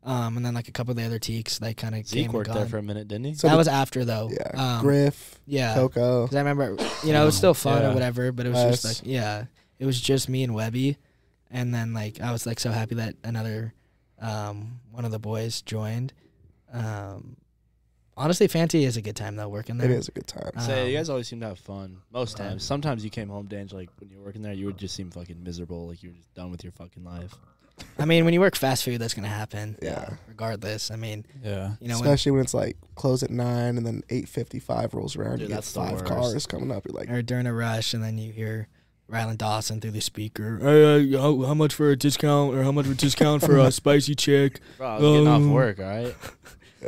um, and then like a couple of the other teaks like kind of came Zeke and worked there gone. for a minute, didn't he? So that the- was after though. yeah, um, Griff, Yeah, Coco. Because I remember, you know, it was still fun Yeah. or whatever, but it was just Us. like, yeah, it was just me and Webby. And then, like, I was, like, so happy that another um, one of the boys joined. Um, honestly, Fancy is a good time, though, working there. It is a good time. Uh, Say, you Um, guys always seem to have fun. Most times. Sometimes you came home, Dange, like when you were working there, you would just seem fucking miserable. Like you were just done with your fucking life. I mean, when you work fast food, that's going to happen. Yeah. Regardless. I mean, Yeah. you know, when, Especially when it's like close at nine and then eight fifty five rolls around, Dude, you get that's the five worst. cars coming up. You're like, or during a rush, and then you hear Rylan Dawson through the speaker, hey, uh, how, how much for a discount or how much for a discount for [LAUGHS] a spicy chick? Bro, I was getting off Um, work, all right?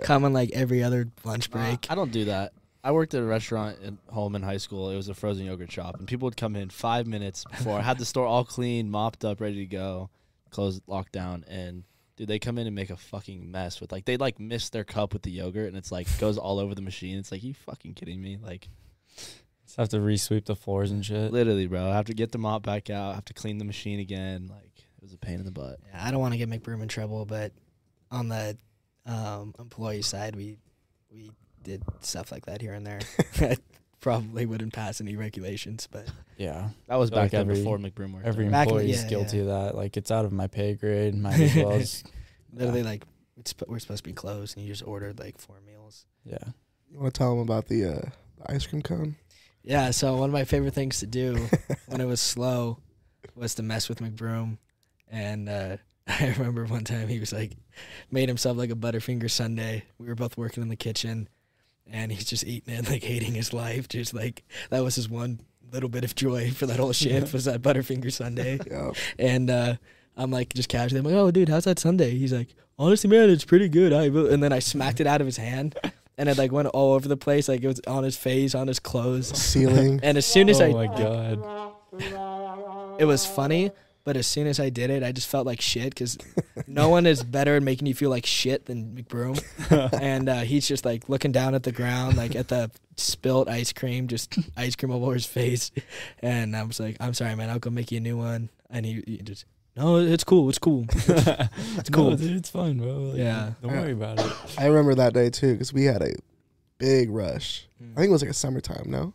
Coming, like, every other lunch Nah, break. I don't do that. I worked at a restaurant at home in high school. It was a frozen yogurt shop, and people would come in five minutes before I had the store all clean, mopped up, ready to go, closed, locked down, and dude, they come in and make a fucking mess with like they like miss their cup with the yogurt, and it's like goes all over the machine. It's like you fucking kidding me? Like Just have to resweep the floors and shit. literally, bro. I have to get the mop back out. I have to clean the machine again. Like it was a pain in the butt. Yeah, I don't want to get McBroom in trouble, but on the um, employee side, we we did stuff like that here and there. I probably wouldn't pass any regulations, but Yeah. That was Like back then every- before McBroom worked. Every there. Back in the- employee is yeah, guilty yeah. of that. Like it's out of my pay grade. Might as well. just- literally, like it's, sp- we're supposed to be closed, and you just ordered like four meals. yeah. you want to tell them about the uh, the ice [LAUGHS] cream cone? Yeah, so one of my favorite things to do [LAUGHS] when it was slow was to mess with McBroom, and uh, [LAUGHS] I remember one time he was like made himself like a Butterfinger Sunday. We were both working in the kitchen, and he's just eating it, like hating his life. Just like that was his one little bit of joy for [LAUGHS] that whole shift was that Butterfinger Sunday. Yeah, And uh, I'm like just casually, I'm like, oh dude, how's that Sunday? He's like, honestly, man, it's pretty good. I will-" and then I smacked it out of his hand. And it like went all over the place, like it was on his face, on his clothes. ceiling. And as soon as oh I, my god. it was funny, but as soon as I did it, I just felt like shit because no one is better at making you feel like shit than [LAUGHS] McBroom. and uh, he's just like looking down at the ground, like at the spilt ice cream, just ice cream all over his face. And I was like, I'm sorry, man, I'll go make you a new one. And he, he just, no, it's cool, it's cool. it's [LAUGHS] cool. dude, it's fine, bro. Like, Yeah. Don't worry about it. I remember that day too because we had a big rush. I think it was like a summertime, no,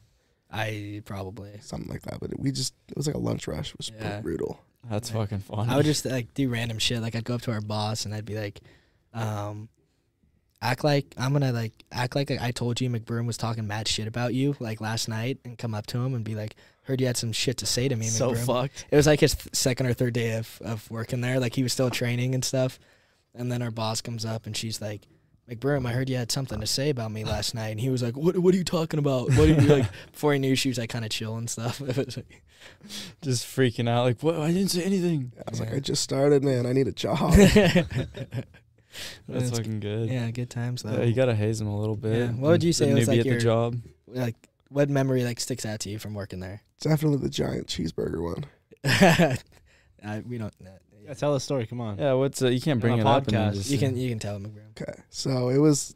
I probably. something like that. But we just it was like a lunch rush. It was Yeah. brutal. That's fucking funny. I would just like do random shit. Like I'd go up to our boss and I'd be like, um, act like I'm gonna like act like I told you McBroom was talking mad shit about you like last night, and come up to him and be like, heard you had some shit to say to me. so McBroom. fucked. It was like his th- second or third day of of working there. Like he was still training and stuff, and then our boss comes up and she's like. McBroom, I heard you had something to say about me last night, and he was like, "What? What are you talking about?" What are you like? [LAUGHS] Before he knew, she was like kind of chill and stuff. [LAUGHS] It was like, just freaking out. Like, what? I didn't say anything. I was like, Yeah. I just started, man. I need [LAUGHS] a job. That's That's- fucking good. yeah, good times though. Yeah, you gotta haze him a little bit. Yeah. What would you The say was, newbie like, at your- the job? like what memory like sticks out to you from working there? [LAUGHS] Definitely the giant cheeseburger one. I, we don't. Uh, Yeah, tell the story. Come on. Yeah, what's uh, you can't You're bring on it a up. And then podcast. just, you can you can tell McGrim. Okay, so it was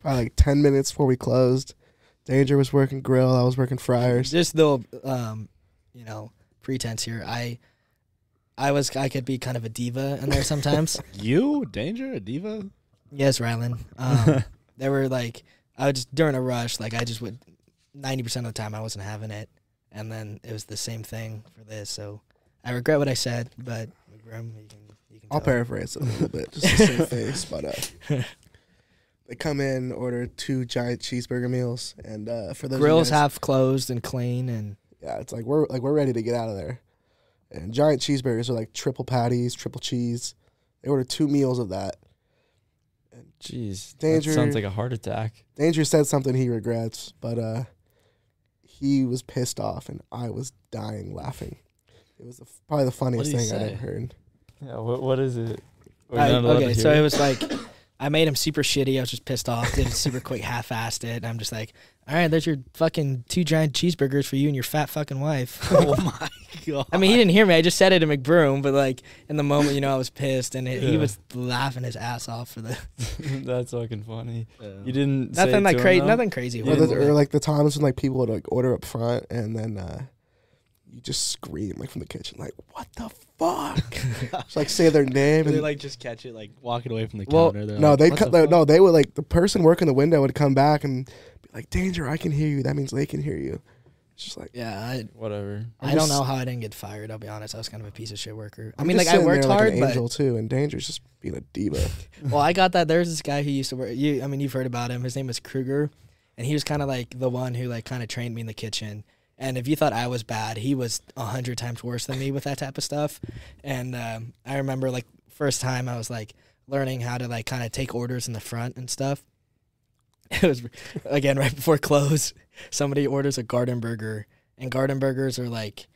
probably like ten minutes before we closed. Danger was working grill. I was working fryers. Just though, um, you know, pretense here. I, I was I could be kind of a diva in there sometimes. You danger a diva. yes, Rylan. [LAUGHS] oh. Um, there were like I would just during a rush, like I just would ninety percent of the time I wasn't having it, and then it was the same thing for this. So I regret what I said, but McGrim, you can you can. I'll tell. paraphrase it a little bit, just to save face. But [LAUGHS] uh, they come in, order two giant cheeseburger meals, and uh, for those Grills you guys, half closed and clean, and yeah, it's like we're like we're ready to get out of there. And giant cheeseburgers are like triple patties, triple cheese. They order two meals of that, And Jeez, Danger. that sounds like a heart attack. Danger said something he regrets, but uh, he was pissed off, and I was dying laughing. It was the, probably the funniest did he thing I'd say? ever heard. Yeah, what what is it? I- okay, so it was like I made him super shitty. I was just pissed off. Did it super quick, half-assed it. And I'm just like, all right, there's your fucking two giant cheeseburgers for you and your fat fucking [LAUGHS] wife. [LAUGHS] oh my [LAUGHS] god! I mean, he didn't hear me. I just said it to McBroom, but like in the moment, you know, I was pissed, and it, he Yeah. was laughing his ass off for the [LAUGHS] that's fucking funny. Yeah. [LAUGHS] You didn't say nothing it like to him, crazy, though? nothing crazy. Yeah. Or, the, horrible. or like the times when like people would like order up front, and then uh, you just scream like from the kitchen, like "What the [LAUGHS] fuck!" just, like say their name, Did and they like just catch it like walking away from the Well, counter? They're no, like, they "What cut. the they- fuck?" no, they would like the person working the window would come back and be like, "Danger, I can hear you." That means they can hear you. It's just like yeah, I, Whatever. I I'm don't just- know how I didn't get fired. I'll be honest, I was kind of a piece of shit worker. I I'm mean, just like I sitting there worked like hard, an but angel too, and Danger's just being a [LAUGHS] diva. well, I got that. There's this guy who used to work. You, I mean, you've heard about him. His name was Kruger, and he was kind of like the one who like kind of trained me in the kitchen. And if you thought I was bad, he was a hundred times worse than me with that type of stuff. And um, I remember like first time I was like learning how to like kind of take orders in the front and stuff. [LAUGHS] It was again right before close. Somebody orders a garden burger, and garden burgers are like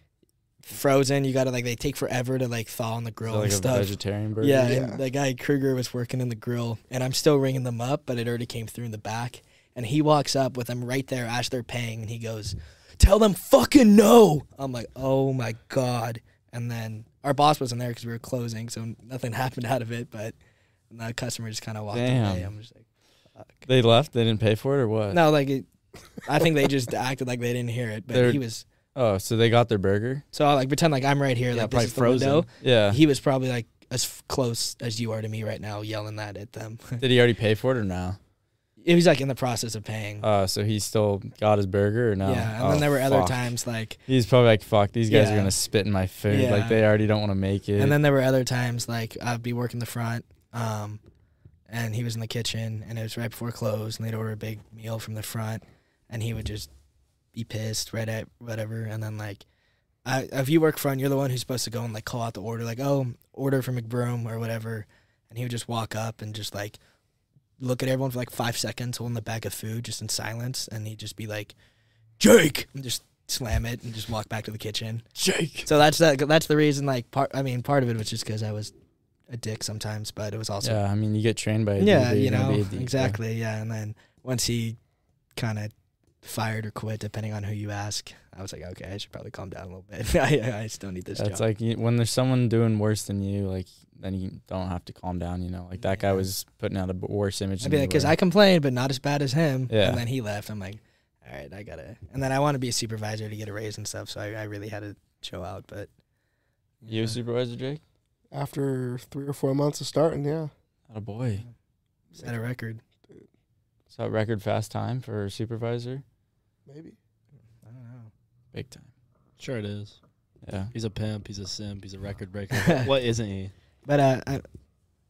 frozen. You gotta like they take forever to like thaw on the Is grill that and like a stuff. vegetarian burger? Yeah, Yeah. and that guy Kruger was working in the grill, and I'm still ringing them up, but it already came through in the back. And he walks up with them right there as they're paying, and he goes, "Tell them fucking no." I'm like, "Oh my god!" And then our boss wasn't there because we were closing, so nothing [LAUGHS] happened out of it. But the customer just kind of walked Damn. away. I'm just like, They left. They didn't pay for it or what? no, like it, I think they just [LAUGHS] acted like they didn't hear it, but They're- he was. Oh, so they got their burger. So I like pretend like I'm right here, Yeah, like this probably is the window. Yeah. He was probably like as f- close as you are to me right now, yelling that at them. [LAUGHS] Did he already pay for it or no? it was like in the process of paying. Uh, so he still got his burger or no? Yeah, and Oh, then there were other fuck. times like, He's probably like, "Fuck, these guys Yeah. are gonna spit in my food. Yeah. Like they already don't want to make it." and then there were other times like I'd be working the front, um, and he was in the kitchen, and it was right before close, and they'd order a big meal from the front, and he would just be pissed right at whatever, and then like, I, if you work front, you're the one who's supposed to go and like call out the order, like oh order for McBroom or whatever, and he would just walk up and just like look at everyone for like five seconds, holding the bag of food just in silence, and he'd just be like, Jake, and just slam it and just walk back to the kitchen. Jake. So that's that. That's the reason. Like part, I mean, part of it was just because I was a dick sometimes, but it was also Yeah, I mean, you get trained by. a yeah, dude, you you're gonna know, be a diva. exactly, yeah. And then once he kind of fired or quit, depending on who you ask, I was like, okay, I should probably calm down a little bit. [LAUGHS] I, I still need this That's job. like you, when there's someone doing worse than you, like then you don't have to calm down. You know, like that guy Yeah. was putting out a b- worse image. I'd than be you like, because were. I complained, but not as bad as him. Yeah. And then he left. I'm like, all right, I gotta. And then I want to be a supervisor to get a raise and stuff. So I, I really had to show out. But you a supervisor, Jake? After three or four months of starting, yeah, Not a boy. set a record. Is that record fast time for a supervisor? maybe. I don't know. Big time. Sure, it is. Yeah. He's a pimp. He's a simp. He's a record breaker. [LAUGHS] what isn't he? But uh, I,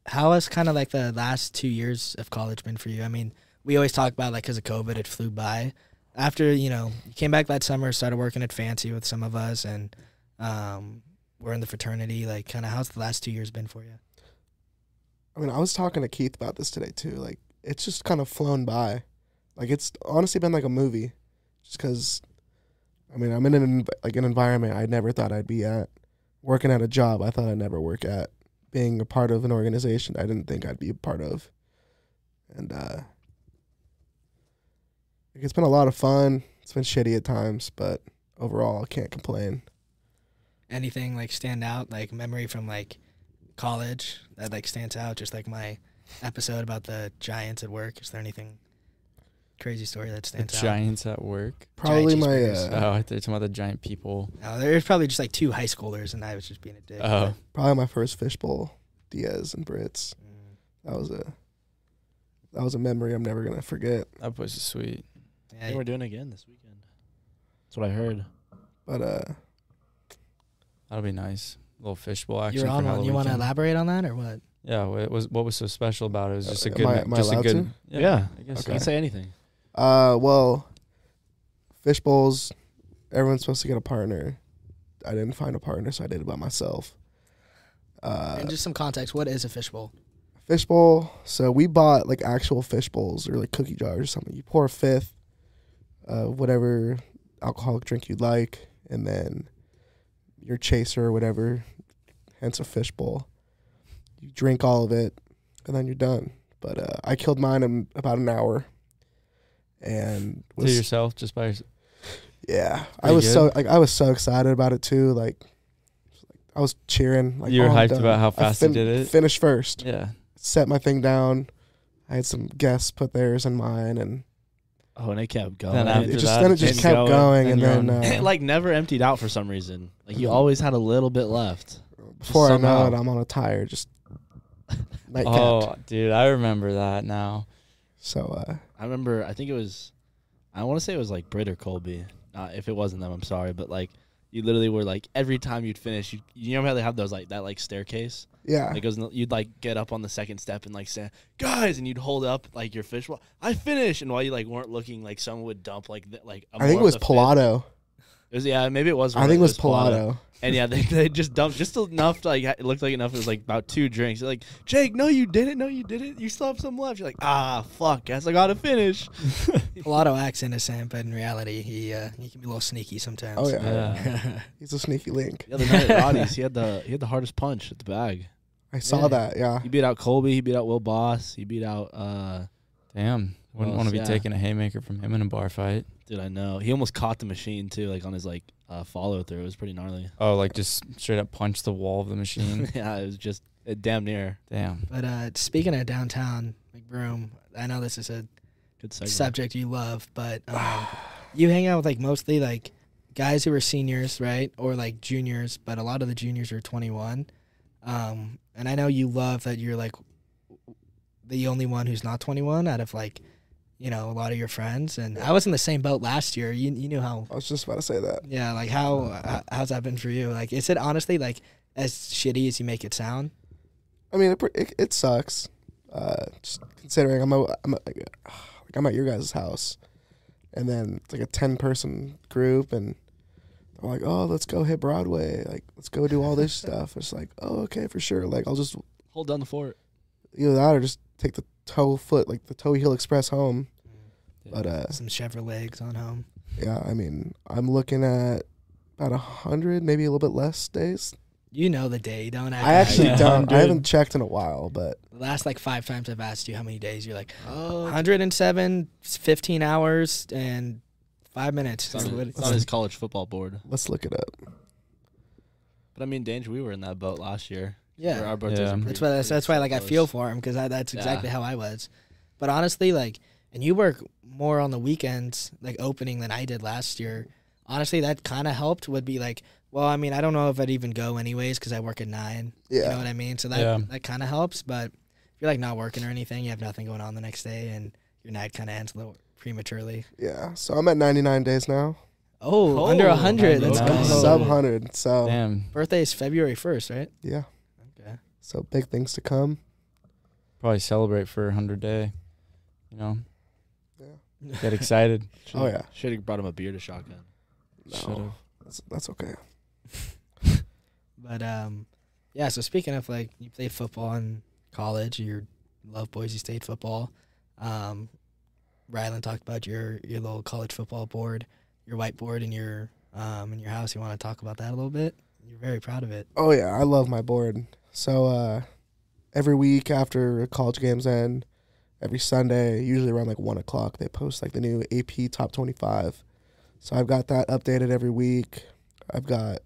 how has kind of like the last two years of college been for you? I mean, we always talk about like because of COVID, it flew by. After you know, you came back that summer, started working at Fancy with some of us, and um, we're in the fraternity. Like, kind of, how's the last two years been for you? I mean, I was talking to Keith about this today too. Like, it's just kind of flown by. Like, it's honestly been like a movie, just because. I mean, I'm in an env- like an environment I never thought I'd be at, working at a job I thought I'd never work at, being a part of an organization I didn't think I'd be a part of, and uh, like, it's been a lot of fun. It's been shitty at times, but overall, I can't complain. Anything like stand out, like memory from like college that like stands out? Just like my episode about the Giants at work. Is there anything crazy story that The stands out? Giants at work. Probably my cheeseburgers. uh, Oh, I thought you were talking about the giant people. No, there's probably just like two high schoolers, and I was just being a dick. Oh, probably my first fishbowl, Diaz and Brits. but, mm. That was a that was a memory I'm never gonna forget. that place is sweet. Yeah, They were doing it again this weekend. That's what I heard. But uh, That'll be nice. Little fishbowl action. You're on for one. You want to Halloween. elaborate on that or what? Yeah, wha- it was what was so special about it? It was Uh, just a am good, I- am I just a allowed good. to? Yeah, Yeah. I guess. You Okay. can say anything. uh, well, fishbowls. Everyone's supposed to get a partner. I didn't find a partner, so I did it by myself. Uh, and just some context. What is a fishbowl? fishbowl. So we bought like actual fish bowls or like cookie jars or something. You pour a fifth, uh, whatever alcoholic drink you'd like, and then your chaser or whatever, hence a fish bowl. You drink all of it, and then you're done. But uh, I killed mine in about an hour, and to yourself just by yourself. yeah, I Pretty was good. so like I was so excited about it too. Like, I was cheering. Like you were oh, I'm hyped done. about how I fast you fin- did it. Finished first. Yeah. Set my thing down. I had some guests put theirs in mine, and Oh, and it kept going. Then after it just that, then it it just kept kept going, going, and then then you're uh, [LAUGHS] it like never emptied out for some reason. Like you always had a little bit left. uh, [LAUGHS] before I know somehow. it, I'm on a tire, just nightcap. Oh, dude, I remember that now. So uh, I remember. I think it was. I want to say it was like Britt or Colby. Uh, if it wasn't them, I'm sorry. But like, you literally were like every time you'd finish, you you know how they have those like that like staircase. yeah, It goes. in the- You'd like get up on the second step and like say, "Guys," and you'd hold up like your fish. wa- I finished, and while you like weren't looking, like someone would dump like th- like. a I more think it of was the fish. Pilato. It was- yeah, maybe it was. I think it was Pilato. And yeah, they, they just dumped just enough. To, like it looked like enough. It was like about two drinks. They're like, Jake, no, you didn't. No, you didn't. You still have some left. You're like, ah, fuck. Guess I gotta finish. Pilato acts innocent, but in reality, he uh, he can be a little sneaky sometimes. Oh yeah. [LAUGHS] Yeah. he's a sneaky link. The other night at Roddy's, he had the he had the hardest punch at the bag. I saw Yeah. that. Yeah, He beat out Colby. He beat out Will Boss. He beat out. uh Damn. Wouldn't Well, want to be yeah. taking a haymaker from him in a bar fight. Dude, I know. He almost caught the machine too, like on his like uh, follow through. It was pretty gnarly. [LAUGHS] Oh, like just straight up punch the wall of the machine. [LAUGHS] yeah, it was just uh, damn near Damn. [LAUGHS] But uh, speaking of downtown McBroom, I know this is a good segue. subject you love, but [SIGHS] um, you hang out with like mostly like guys who are seniors, right, or like juniors, but a lot of the juniors are 21. Um, and I know you love that you're like the only one who's not 21 out of like you know a lot of your friends. And I was in the same boat last year. You you knew how I was just about to say that. yeah like how Oh, uh, how's that been for you? Like is it honestly like as shitty as you make it sound? I mean, it pre- it, it sucks. Uh, just considering I'm a, I'm a, like I'm at your guys' house, and then it's like a ten person group, and they're like, "Oh, let's go hit Broadway. Like, let's go do all this stuff." It's like, "Oh, okay, for sure." Like, I'll just Hold down the fort. either that or just take the toe foot, like the Toe Heel Express home. But uh, Some Chevrolets on home. yeah, I mean, I'm looking at about a hundred, maybe a little bit less days. You know the day, don't [LAUGHS] act I actually Yeah. don't. 100. I haven't checked in a while, but The last like five times I've asked you how many days, you're like Oh, 107, 15 hours, and five minutes. it's on, What- his, it's on his college football board. let's look it up. But I mean, Danger, we were in that boat last year. Where yeah, our birthdays Yeah. are That's that's pretty- why that's, pretty that's why like I close. feel for him because that's Yeah. exactly how I was. But honestly, like, and you work more on the weekends, like opening than I did last year. Honestly, that kind of helped. Would be like, well, I mean, I don't know if I'd even go anyways because I work at nine. Yeah. You know what I mean? So that Yeah. that kind of helps. But if you're like not working or anything, you have nothing going on the next day, and your night kind of ends a little prematurely. Yeah, so I'm at 99 days now, Oh, Oh, under 100. under Let's go. 100. sub 100. So Damn. Birthday is February 1st, right? yeah, Okay. so big things to come. Probably celebrate for a hundred day. You know? Yeah. [LAUGHS] Get excited. Oh yeah, Should have brought him a beer to shotgun. No. Should've. that's, that's okay. But um, yeah. So speaking of like, you played football in college. You love Boise State football. Um, Rylan talked about your your little college football board, your whiteboard in your um in your house. You want to talk about that a little bit? You're very proud of it. Oh yeah, I love my board. So uh, every week after college games end, every Sunday, usually around like one o'clock, they post like the new AP Top Twenty Five. So I've got that updated every week. I've got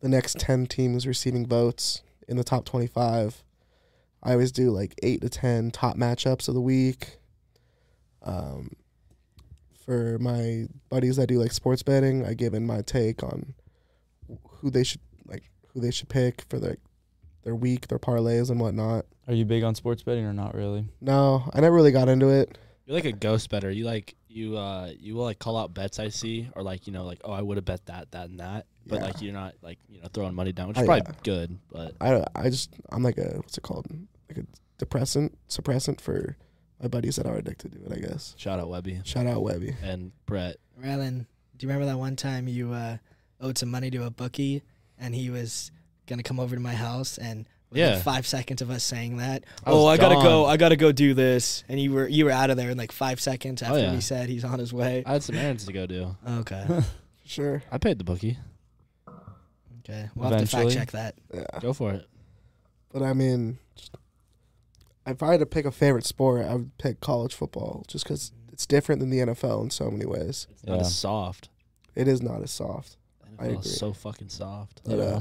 the next ten teams receiving votes in the top twenty five. I always do like eight to ten top matchups of the week. Um, for my buddies that do like sports betting, I give in my take on who they should like who they should pick for their their week, their parlays and whatnot. Are you big on sports betting or [LAUGHS] not really? No, I never really got into it. You're like a ghost better. You like you uh you will like call out bets I see or like you know like oh I would have bet that that and that, but Yeah. like you're not like you know throwing money down, which is Oh, probably good. But I I just I'm like a what's it called like a depressant suppressant for my buddies that are addicted to it. I guess. shout out Webby Shout out Webby. and Brett. Rylan, do you remember that one time you uh, owed some money to a bookie and he was gonna come over to my house and within Yeah. five seconds of us saying that. I oh, I was gotta go. gone. I gotta go do this, and you were you were out of there in like five seconds Oh, after yeah. we said he's on his way. I had some errands to go do. Okay, Sure. I paid the bookie. okay. We'll have to fact Eventually. check that. Yeah. Go for it. But I mean, if I had to pick a favorite sport, I would pick college football just because it's different than the NFL in so many ways. It's not [LAUGHS] Yeah. as soft. It is not as soft. I NFL agree. is so fucking soft. But, uh,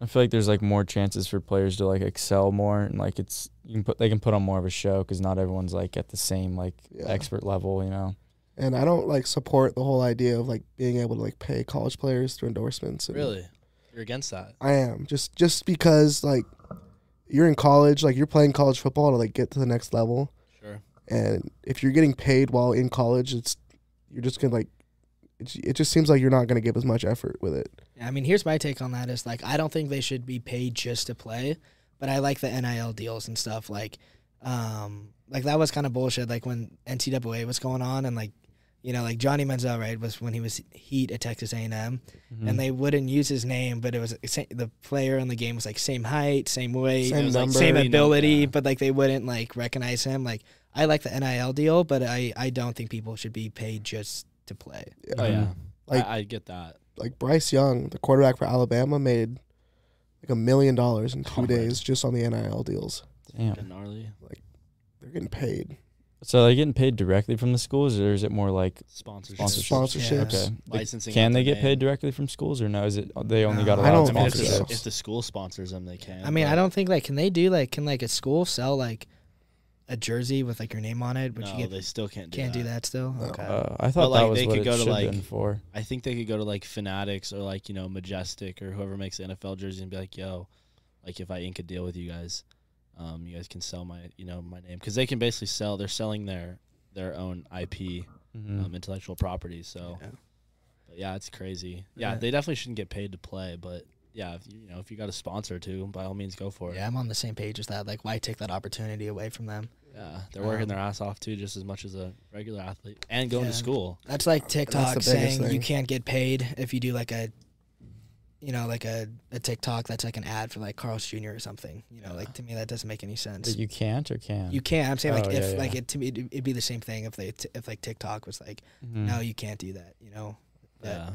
I feel like there's like more chances for players to like excel more and like it's you can put they can put on more of a show because not everyone's like at the same like Yeah. expert level, you know. And I don't like support the whole idea of like being able to like pay college players through endorsements. And Really? You're against that? I am just just because like you're in college, like you're playing college football to like get to the next level. Sure. and if you're getting paid while in college, it's you're just gonna like it, it just seems like you're not gonna give as much effort with it. Yeah, I mean, here's my take on that: is like I don't think they should be paid just to play, but I like the NIL deals and stuff. Like, um, like that was kind of bullshit. Like when NCAA was going on, and like, you know, like Johnny Manziel, right, was when he was Heat at Texas A&M, Mm-hmm. Mm. and they wouldn't use his name, but it was sa- the player in the game was like same height, same weight, Same it was, like, number. same You know, ability, yeah. but like they wouldn't like recognize him. Like I like the NIL deal, but I I don't think people should be paid just to play. Oh yeah. Um, Like- I, I get that. Like Bryce Young, the quarterback for Alabama, made like a million dollars in two Oh, man. days just on the NIL deals. Damn. Fucking Gnarly They're getting paid So are they getting paid directly from the schools or is it more like sponsorship. sponsorship? sponsorships. Okay. Like, Licensing. Can of they their get paid name. directly from schools or no? Is it they only No. got I allowed don't I mean, if, think sponsorships? so. the, if the school sponsors them, they can. I mean, but I don't think like can they do like can like a school sell like a jersey with like your name on it, but No, you get they still can't do can't that. do that still. No. Okay. Uh, I thought like, that was they what could it go to, should have been like- for. I think they could go to like Fanatics or like you know Majestic or whoever makes the NFL jersey and be like, "Yo, like if I ink a deal with you guys, um, you guys can sell my you know my name because they can basically sell. They're selling their their own IP, Mhm. um, intellectual property. So, Mm-hmm. Yeah. but yeah, it's crazy. Yeah, Yeah. they definitely shouldn't get paid to play, but yeah, if you, you know if you got a sponsor too, by all means, go for it. yeah, I'm on the same page as that. Like, why take that opportunity away from them? Yeah, they're working Um, their ass off too, just as much as a regular athlete, and going Yeah. to school. That's like the TikTok biggest saying you thing. can't get paid if you do like a, you know, like a, a TikTok that's like an ad for like Carl's Jr. or something. You know, like to me that doesn't make any sense. That You, you can't or can? can. I'm saying like Oh, if yeah, like yeah. it to me it'd, it'd be the same thing if they t- if like TikTok was like Mhm. no you can't do that. You know. But, Yeah,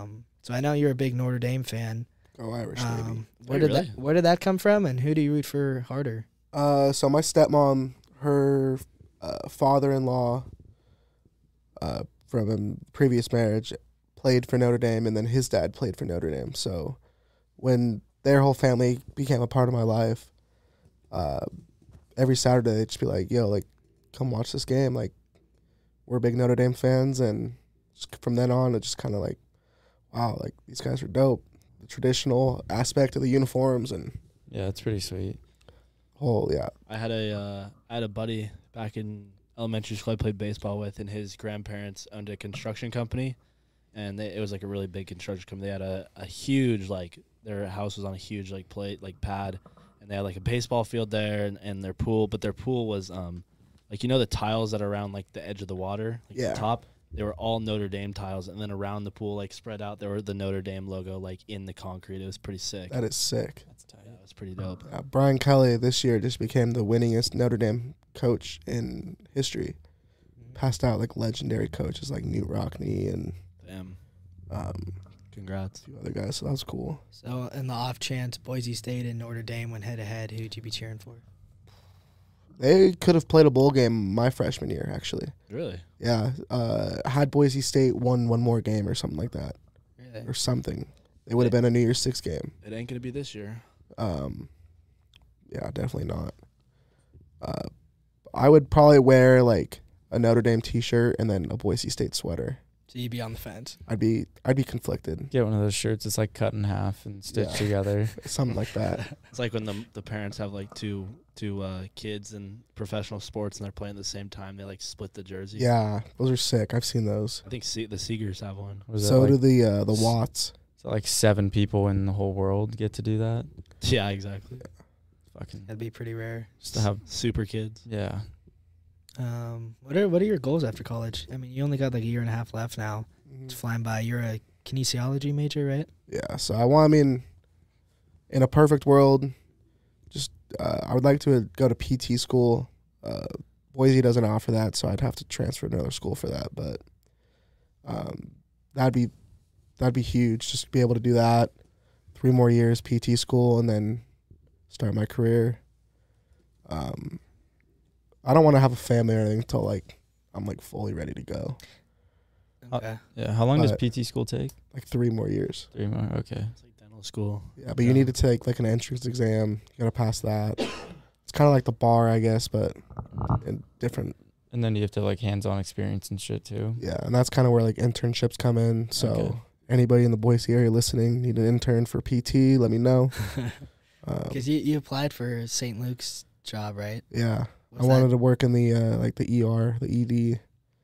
Um. So I know you're a big Notre Dame fan. Go Irish, baby. Um, where Wait, did Oh, really? that Where did that come from? And who do you root for harder? Uh, so my stepmom, her uh, father-in-law, uh, from a previous marriage, played for Notre Dame, and then his dad played for Notre Dame. So when their whole family became a part of my life, uh, every Saturday they'd just be like, "Yo, like, come watch this game. Like, we're big Notre Dame fans." And just from then on, it just kind of like, wow, like these guys are dope. The traditional aspect of the uniforms and Yeah, it's pretty sweet. whole, yeah. I had a uh, I had a buddy back in elementary school I played baseball with, and his grandparents owned a construction company, and they, it was like a really big construction company. They had a, a huge like their house was on a huge like plate like pad, and they had like a baseball field there and, and their pool, but their pool was um like you know the tiles that are around like the edge of the water, like Yeah. the top. They were all Notre Dame tiles, and then around the pool, like spread out, there were the Notre Dame logo like in the concrete. It was pretty sick. That is sick. That's tight. yeah, it was pretty dope. Uh, Brian Kelly this year just became the winningest Notre Dame coach in history. Passed out like legendary coaches like Newt Rockney and Damn, um, congrats. a few other guys. So that was cool. So, in the off chance Boise State and Notre Dame went head to head, who'd you be cheering for? They could have played a bowl game my freshman year, actually. Really? Yeah, uh, had Boise State won one more game or something like that, Really? or something. It would have been a New Year's Six game. It ain't gonna be this year. Um, yeah, definitely not. Uh, I would probably wear like a Notre Dame T-shirt and then a Boise State sweater. So you'd be on the fence. I'd be I'd be conflicted. Get one of those shirts that's like cut in half and stitched Yeah. [LAUGHS] together. something [LAUGHS] [LAUGHS] like that. It's like when the the parents have like two two uh, kids in professional sports and they're playing at the same time. They like split the jersey. yeah, those are sick. I've seen those. I think Se- the Seegers have one. [LAUGHS] What is that, so like, do the uh, the s- Watts. so like seven people in the whole world get to do that. Yeah, exactly. Fucking [LAUGHS] That'd be pretty rare. just to have super kids. yeah. Um, what are What are your goals after college? I mean, you only got like a year and a half left now. It's flying by. You're a kinesiology major, right? Yeah. So I want. I mean, in a perfect world, uh, I would like to go to PT school. Uh, Boise doesn't offer that, so I'd have to transfer to another school for that. But um, that'd be that'd be huge. Just to be able to do that three more years PT school and then start my career. Um, I don't want to have a family or anything until like I'm like fully ready to go. Okay. Yeah. How long But- does PT school take? Like three more years. Three more. Okay. It's like dental school. Yeah, but you Yeah. need to take like an entrance exam. You gotta pass that. It's kind of like the bar, I guess, but in different. And then you have to like hands-on experience and shit too. Yeah, and that's kind of where like internships come in. So Okay. anybody in the Boise area listening need an intern for PT? Let me know. [LAUGHS] Um, Because you, you applied for St. Luke's job, right? yeah, Was I wanted to work in the uh, like the ER, the ED.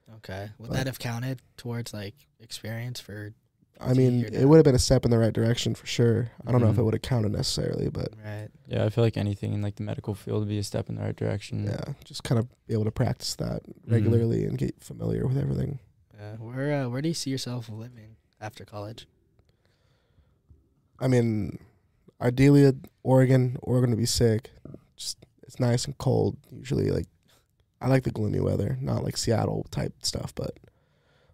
That, okay. Would but- that have counted towards like experience for? I mean, You're it not- would have been a step in the right direction for sure. I don't know if Mhm. it would have counted necessarily, but Right. Yeah. I feel like anything in like the medical field would be a step in the right direction. yeah, just kind of be able to practice that Mm-hmm. regularly and get familiar with everything. Uh, where uh, Where do you see yourself living after college? I mean, ideally, uh, Oregon. Oregon would be sick. Just it's nice and cold. Usually, like I like the gloomy weather, not like Seattle type stuff, but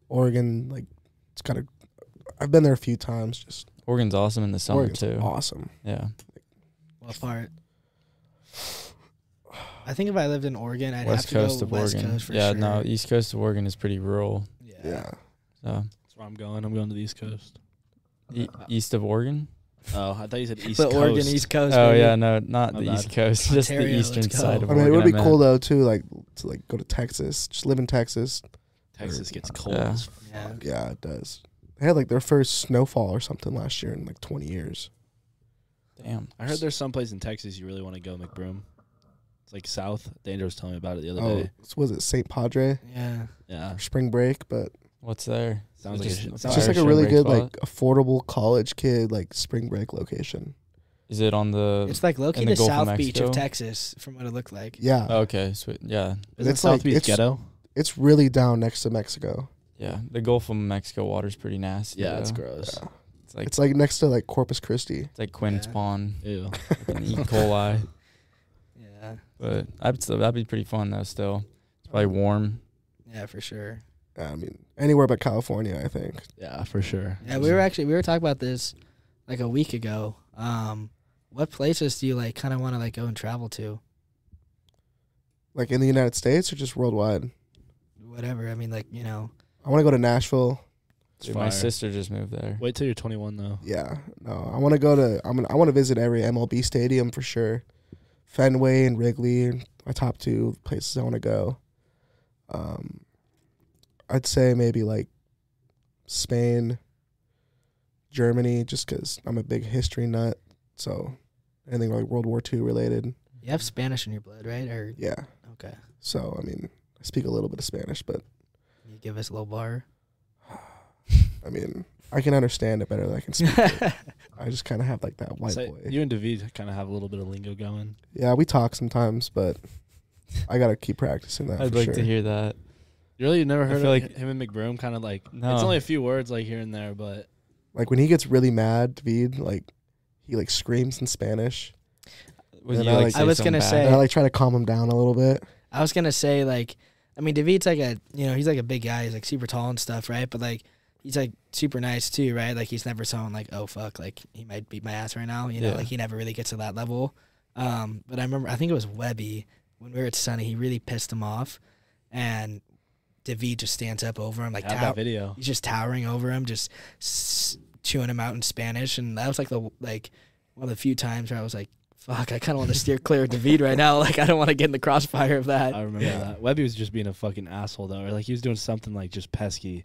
Oregon, like it's kind of. I've been there a few times. Just Oregon's awesome in the summer Oregon's too. awesome. Yeah. [SIGHS] What part? I think if I lived in Oregon, I'd have West to coast go of West Oregon. Coast for yeah. sure. No, east coast of Oregon is pretty rural. yeah. Yeah, So That's where I'm going. I'm going to the East Coast. e- Uh, east of Oregon. Oh, I thought [LAUGHS] you said East but Coast. Oregon East Coast. Oh baby. yeah, no, not My the bad. East Coast, [LAUGHS] just the Ontario, let's eastern go. side of I mean, it Oregon. would be meant. cool though too, like to like go to Texas, just live in Texas. Texas gets cold. Yeah. as fuck. Yeah. Yeah, it does. They had like their first snowfall or something last year in like twenty years. Damn, I heard there's some place in Texas you really want to go, McBroom. It's like south. Danger was telling me about it the other Oh, day. was it St. Padre Yeah. Yeah. or spring break? But What's there? It Sounds like a just- sh- it's It's sounds just fire like a show really break good, spot? like affordable college kid, like spring break location. Is it on the? It's like located the the Gulf of South Beach of Mexico? Texas, from what it looked like. [LAUGHS] Yeah, okay, sweet. Yeah, Isn't it's South like- Beach it's- ghetto? it's really down next to Mexico. yeah. The Gulf of Mexico water's pretty nasty. Yeah, it's though. gross. Yeah. It's like It's like next to like Corpus Christi. it's like Quinn's Yeah. Pond, Ew. and E. coli. Yeah. But I'd still, that'd be pretty fun though. Still, it's probably warm. Yeah, for sure. I mean, anywhere but California, I think. Yeah, for sure. Yeah, we were actually we were talking about this like a week ago. Um, what places do you like kind of want to like go and travel to? Like in the United States or just worldwide. Whatever. I mean, like you know, I want to go to Nashville. It's Dude, my fire. sister just moved there. Wait till you're 21 though. Yeah, no, I want to go to. I'm gonna, I want to visit every MLB stadium for sure. Fenway and Wrigley, are my top two places I want to go. Um, I'd say maybe like Spain, Germany, just because I'm a big history nut. So anything like World War II related, you have Spanish in your blood, right? Or yeah. okay, So I mean, I speak a little bit of Spanish, but [SIGHS] you give us a little [LAUGHS] bar. I mean, I can understand it better than I can speak. I just kind of have like that white It's like boy. you and David kind of have a little bit of lingo going. Yeah, we talk sometimes, but I gotta keep practicing that. I'd for like sure. to hear that. You really never I heard of feel like like- him and McBroom kind of like No. it's only a few words like here and there, but Like when he gets really mad, David, like he like screams in Spanish, Was And you, I like, like- say I was something gonna bad? say- and I like try to calm him down a little bit. I was gonna say like, I mean, David's like a you know he's like a big guy. He's like super tall and stuff, right? But like he's like super nice too, right? Like he's never someone like oh fuck, like he might beat my ass right now. You know, Yeah. like he never really gets to that level. Um, but I remember I think it was Webby when we were at Sunny. He really pissed him off, and David just stands up over him like have tow- that video. he's just towering over him, just s- chewing him out in Spanish. And that was like the like one of the few times where I was like. Fuck! I kind of want to steer clear of David right now. [LAUGHS] Like I don't want to get in the crossfire of that. I remember that. Webby was just being a fucking asshole though, or like he was doing something like just pesky,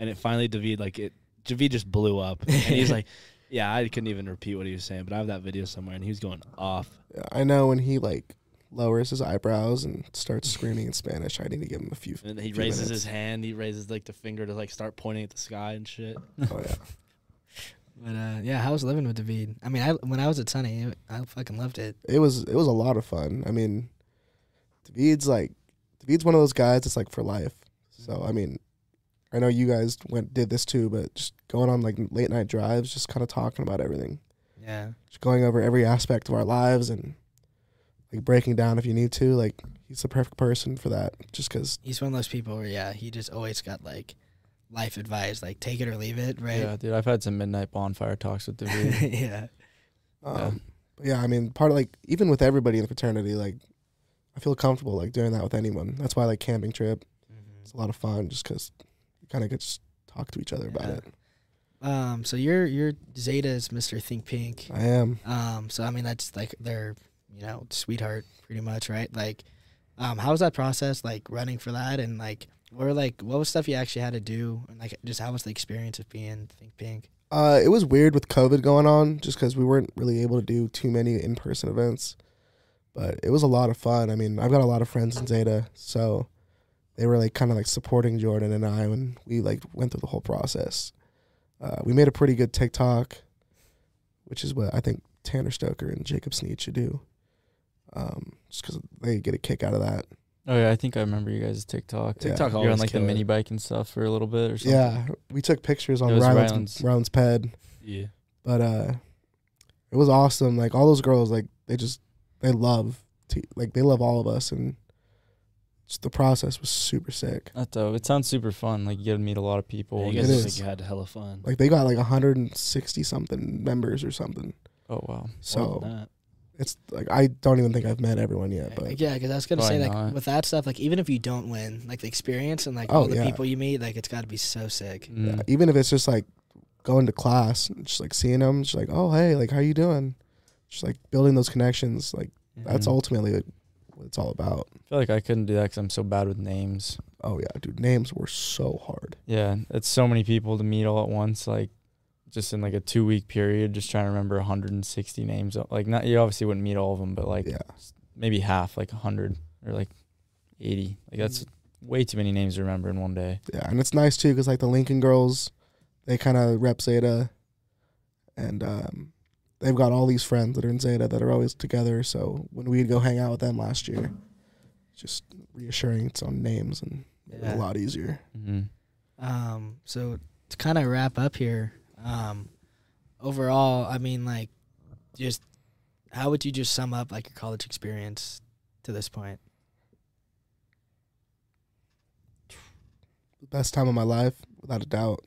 and it finally David like it. David just blew up, and he's [LAUGHS] like, "Yeah, I couldn't even repeat what he was saying, but I have that video somewhere." And he was going off. Yeah, I know when he like lowers his eyebrows and starts screaming in Spanish, I need to give him [LAUGHS] a few. And then he few raises minutes. his hand. He raises like the finger to like start pointing at the sky and shit. Oh yeah, But uh, yeah, how was living with David? I mean, I when I was at Sunny, it- I fucking loved it. it was it was a lot of fun. I mean, David's like David's one of those guys that's like for life. So I mean, I know you guys went did this too, but just going on like late night drives, just kind of talking about everything. Yeah, just going over every aspect of our lives and like breaking down if you need to. Like he's the perfect person for that, just because He's one of those people where yeah, he just always got like life advice, like take it or leave it, right? Yeah, dude, I've had some midnight bonfire talks with the [LAUGHS] Yeah. dude. Um, But yeah, I mean, part of like even with everybody in the fraternity, like I feel comfortable like doing that with anyone. That's why I like camping trip, it's a lot of fun just because you kind of get to talk to each other about Yeah. it. Um, so your your Zeta is Mr. Think Pink. I am. Um, so I mean that's like their, you know, sweetheart pretty much, right? Like, um, how was that process like running for that and like what were like what was stuff you actually had to do and like just how was the experience of being Think Pink? Uh, it was weird with COVID going on, just because we weren't really able to do too many in person events. But it was a lot of fun. I mean, I've got a lot of friends in Zeta, so they were like kind of like supporting Jordan and I when we like went through the whole process. Uh, we made a pretty good TikTok, which is what I think Tanner Stoker and Jacob Sneed should do, um, just because they get a kick out of that. Oh yeah, I think I remember you guys' TikTok. Yeah. TikTok You're always on like the killer. mini bike and stuff for a little bit or something. Yeah, we took pictures It on was Ryland's, Ryland's. Ryland's ped. Yeah. but uh it was awesome like all those girls like they just they love to like they love all of us and just the process was super sick That's dope. It sounds super fun. Like you get to meet a lot of people. yeah you and guys It just- look is. like you had hella fun. like they got like 160 something members or something oh wow. so More than that. it's like i don't even think i've met everyone yet Like, but yeah, because I was gonna Probably say like not. with that stuff, like even if you don't win, like the experience and like Oh, all the yeah. people you meet, like it's got to be so sick. Mm. yeah, even if it's just like going to class and just like seeing them just like oh hey like how you doing just like building those connections like that's Mhm. ultimately like, what it's all about I feel like I couldn't do that because I'm so bad with names. oh yeah dude names were so hard Yeah, it's so many people to meet all at once. Like just in like a two week period, just trying to remember 160 names. uh, Like not you obviously wouldn't meet all of them, but like yeah maybe half, like 100 or like 80. Like that's way too many names to remember in one day. Yeah, and it's nice too because like the Lincoln girls, they kind of rep Zeta, and um, they've got all these friends that are in Zeta that are always together. So when we'd go hang out with them last year, it's just reassuring its own names and made it Yeah. a lot easier. Mm-hmm. Um, so to kind of wrap up here, um, overall, I mean, like, just how would you just sum up like your college experience to this point? The best time of my life, without a doubt.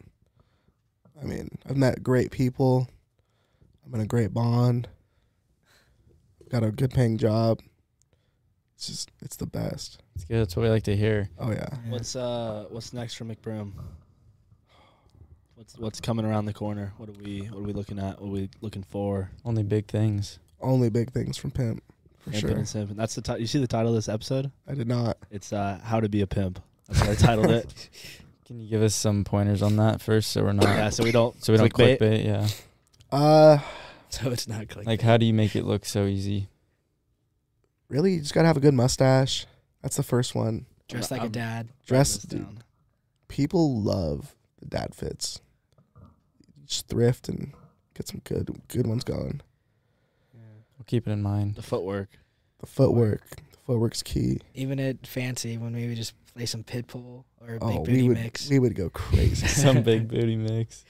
I mean, I've met great people. I'm in a great bond. Got a good paying job. It's just, it's the best. It's good. That's what we like to hear. Oh yeah. What's uh what's next for McBroom? What's what's coming around the corner? What are we what are we looking at? What are we looking for? Only big things. Only big things from Pimp, for Pimpin' sure. and Simpin'. That's the ti- you see the title of this episode? I did not. It's uh how to be a pimp. That's what I titled it. Can you give us some pointers on that first, so we're not yeah, so we don't so we don't clickbait? clickbait. Yeah, Uh, [LAUGHS] So it's not click. like how do you make it look so easy? really, you just gotta have a good mustache. That's the first one. dress like a I'm- dad. Dress. Writing this down. People love the dad fits. Just thrift and get some good, good ones going. We'll keep it in mind. The footwork. The footwork, the footwork's key. Even at fancy, when we would just play some Pitbull or a Oh, Big we Booty would, mix, we would go crazy. [LAUGHS] Some big booty mix.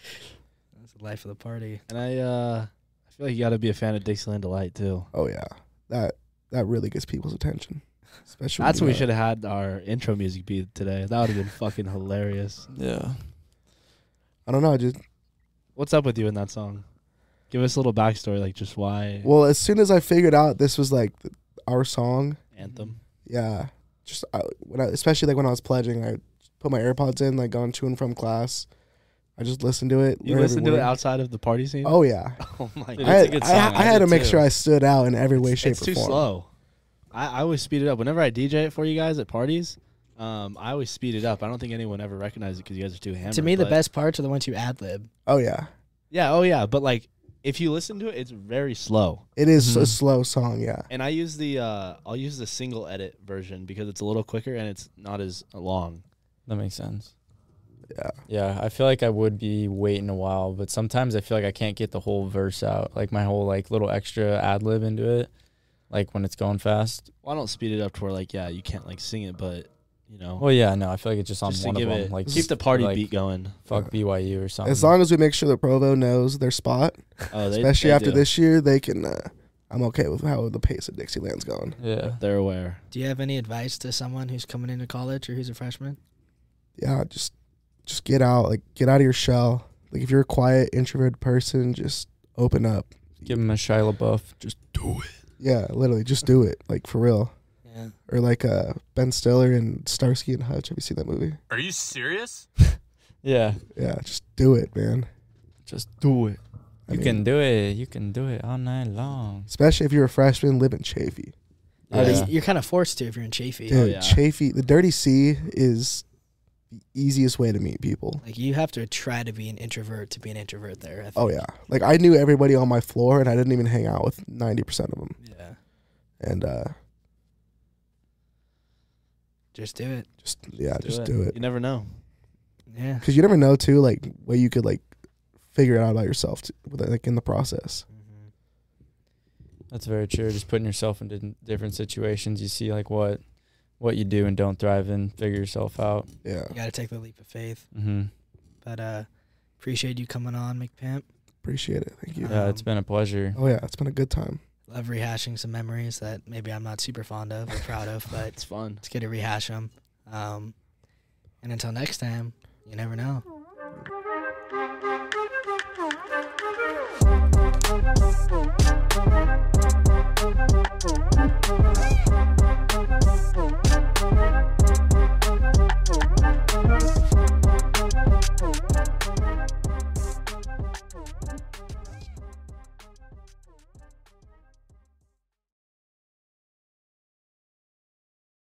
that's the life of the party. And I uh I feel like you gotta be a fan of Dixieland Delight too. oh yeah, that that really gets people's attention. Especially when That's you what we got- should have had our intro music be today. That would have been fucking hilarious. Yeah. I don't know. Just What's up with you in that song? Give us a little backstory, like just why well, as soon as I figured out this was like the, our song, anthem. yeah. Just I, when I, especially like when I was pledging, I put my AirPods in, like going to and from class. I just listened to it. You learned every listen to it word. outside of the party scene. [LAUGHS] Oh yeah, [LAUGHS] Oh my Dude, I it's a had, good I- song. I I had did to make too. sure I stood out in every way, shape, it's or too form. slow. I, I always speed it up. Whenever I DJ it for you guys at parties, um, I always speed it up. I don't think anyone ever recognized it because you guys are too hammered. to me, the but- best parts are the ones you ad lib. Oh yeah, Yeah. Oh yeah. But like, if you listen to it, it's very slow. it is Mhm. a slow song. Yeah, And I use the uh, I'll use the single edit version because it's a little quicker and it's not as long. That makes sense. Yeah. Yeah, I feel like I would be waiting a while, but sometimes I feel like I can't get the whole verse out, like my whole like little extra ad lib into it, like when it's going fast. Well, I don't speed it up to where like yeah you can't like sing it, but you know Well, yeah, no, I feel like it's just on just to one give of them, it like keep the party like, beat going. Fuck BYU or something. as long as we make sure the provo knows their spot, Oh, they, especially they after do. this year, they can uh, I'm okay with how the pace of Dixieland's going. Yeah. They're aware. Do you have any advice to someone who's coming into college or who's a freshman? Yeah, just just get out, like get out of your shell. Like if you're a quiet introverted person, just open up. Give him a Shia LaBeouf. Just do it. Yeah, literally, just do it. Like for real. Yeah. Or like uh, Ben Stiller and Starsky and Hutch. Have you seen that movie? Are you serious? Yeah. Yeah, just do it, man. Just do it. I you mean, can do it. You can do it all night long. especially if you're a freshman, live in Chafee. Yeah. You're, kind of forced to if you're in Chafee. Dude, Oh, yeah. Chafee, the Dirty Sea is the easiest way to meet people. Like you have to try to be an introvert to be an introvert there. I think. Oh yeah, like I knew everybody on my floor, and I didn't even hang out with ninety percent of them. Yeah. And uh, Just do it. just yeah, Do just it. do it You never know. Yeah. because you never know too, like what you could like figure it out about yourself, too, with, like in the process. That's very true. Just putting yourself in di- different situations. You see like what what you do and don't thrive in. Figure yourself out. Yeah, You got to take the leap of faith. Mm-hmm. But uh appreciate you coming on, McPimp. appreciate it. Thank you. Uh, Yeah, it's been a pleasure. oh yeah, it's been a good time. Love rehashing some memories that maybe I'm not super fond of or proud of, but It's fun. it's good to rehash them. Um, and until next time, you never know. Thank you.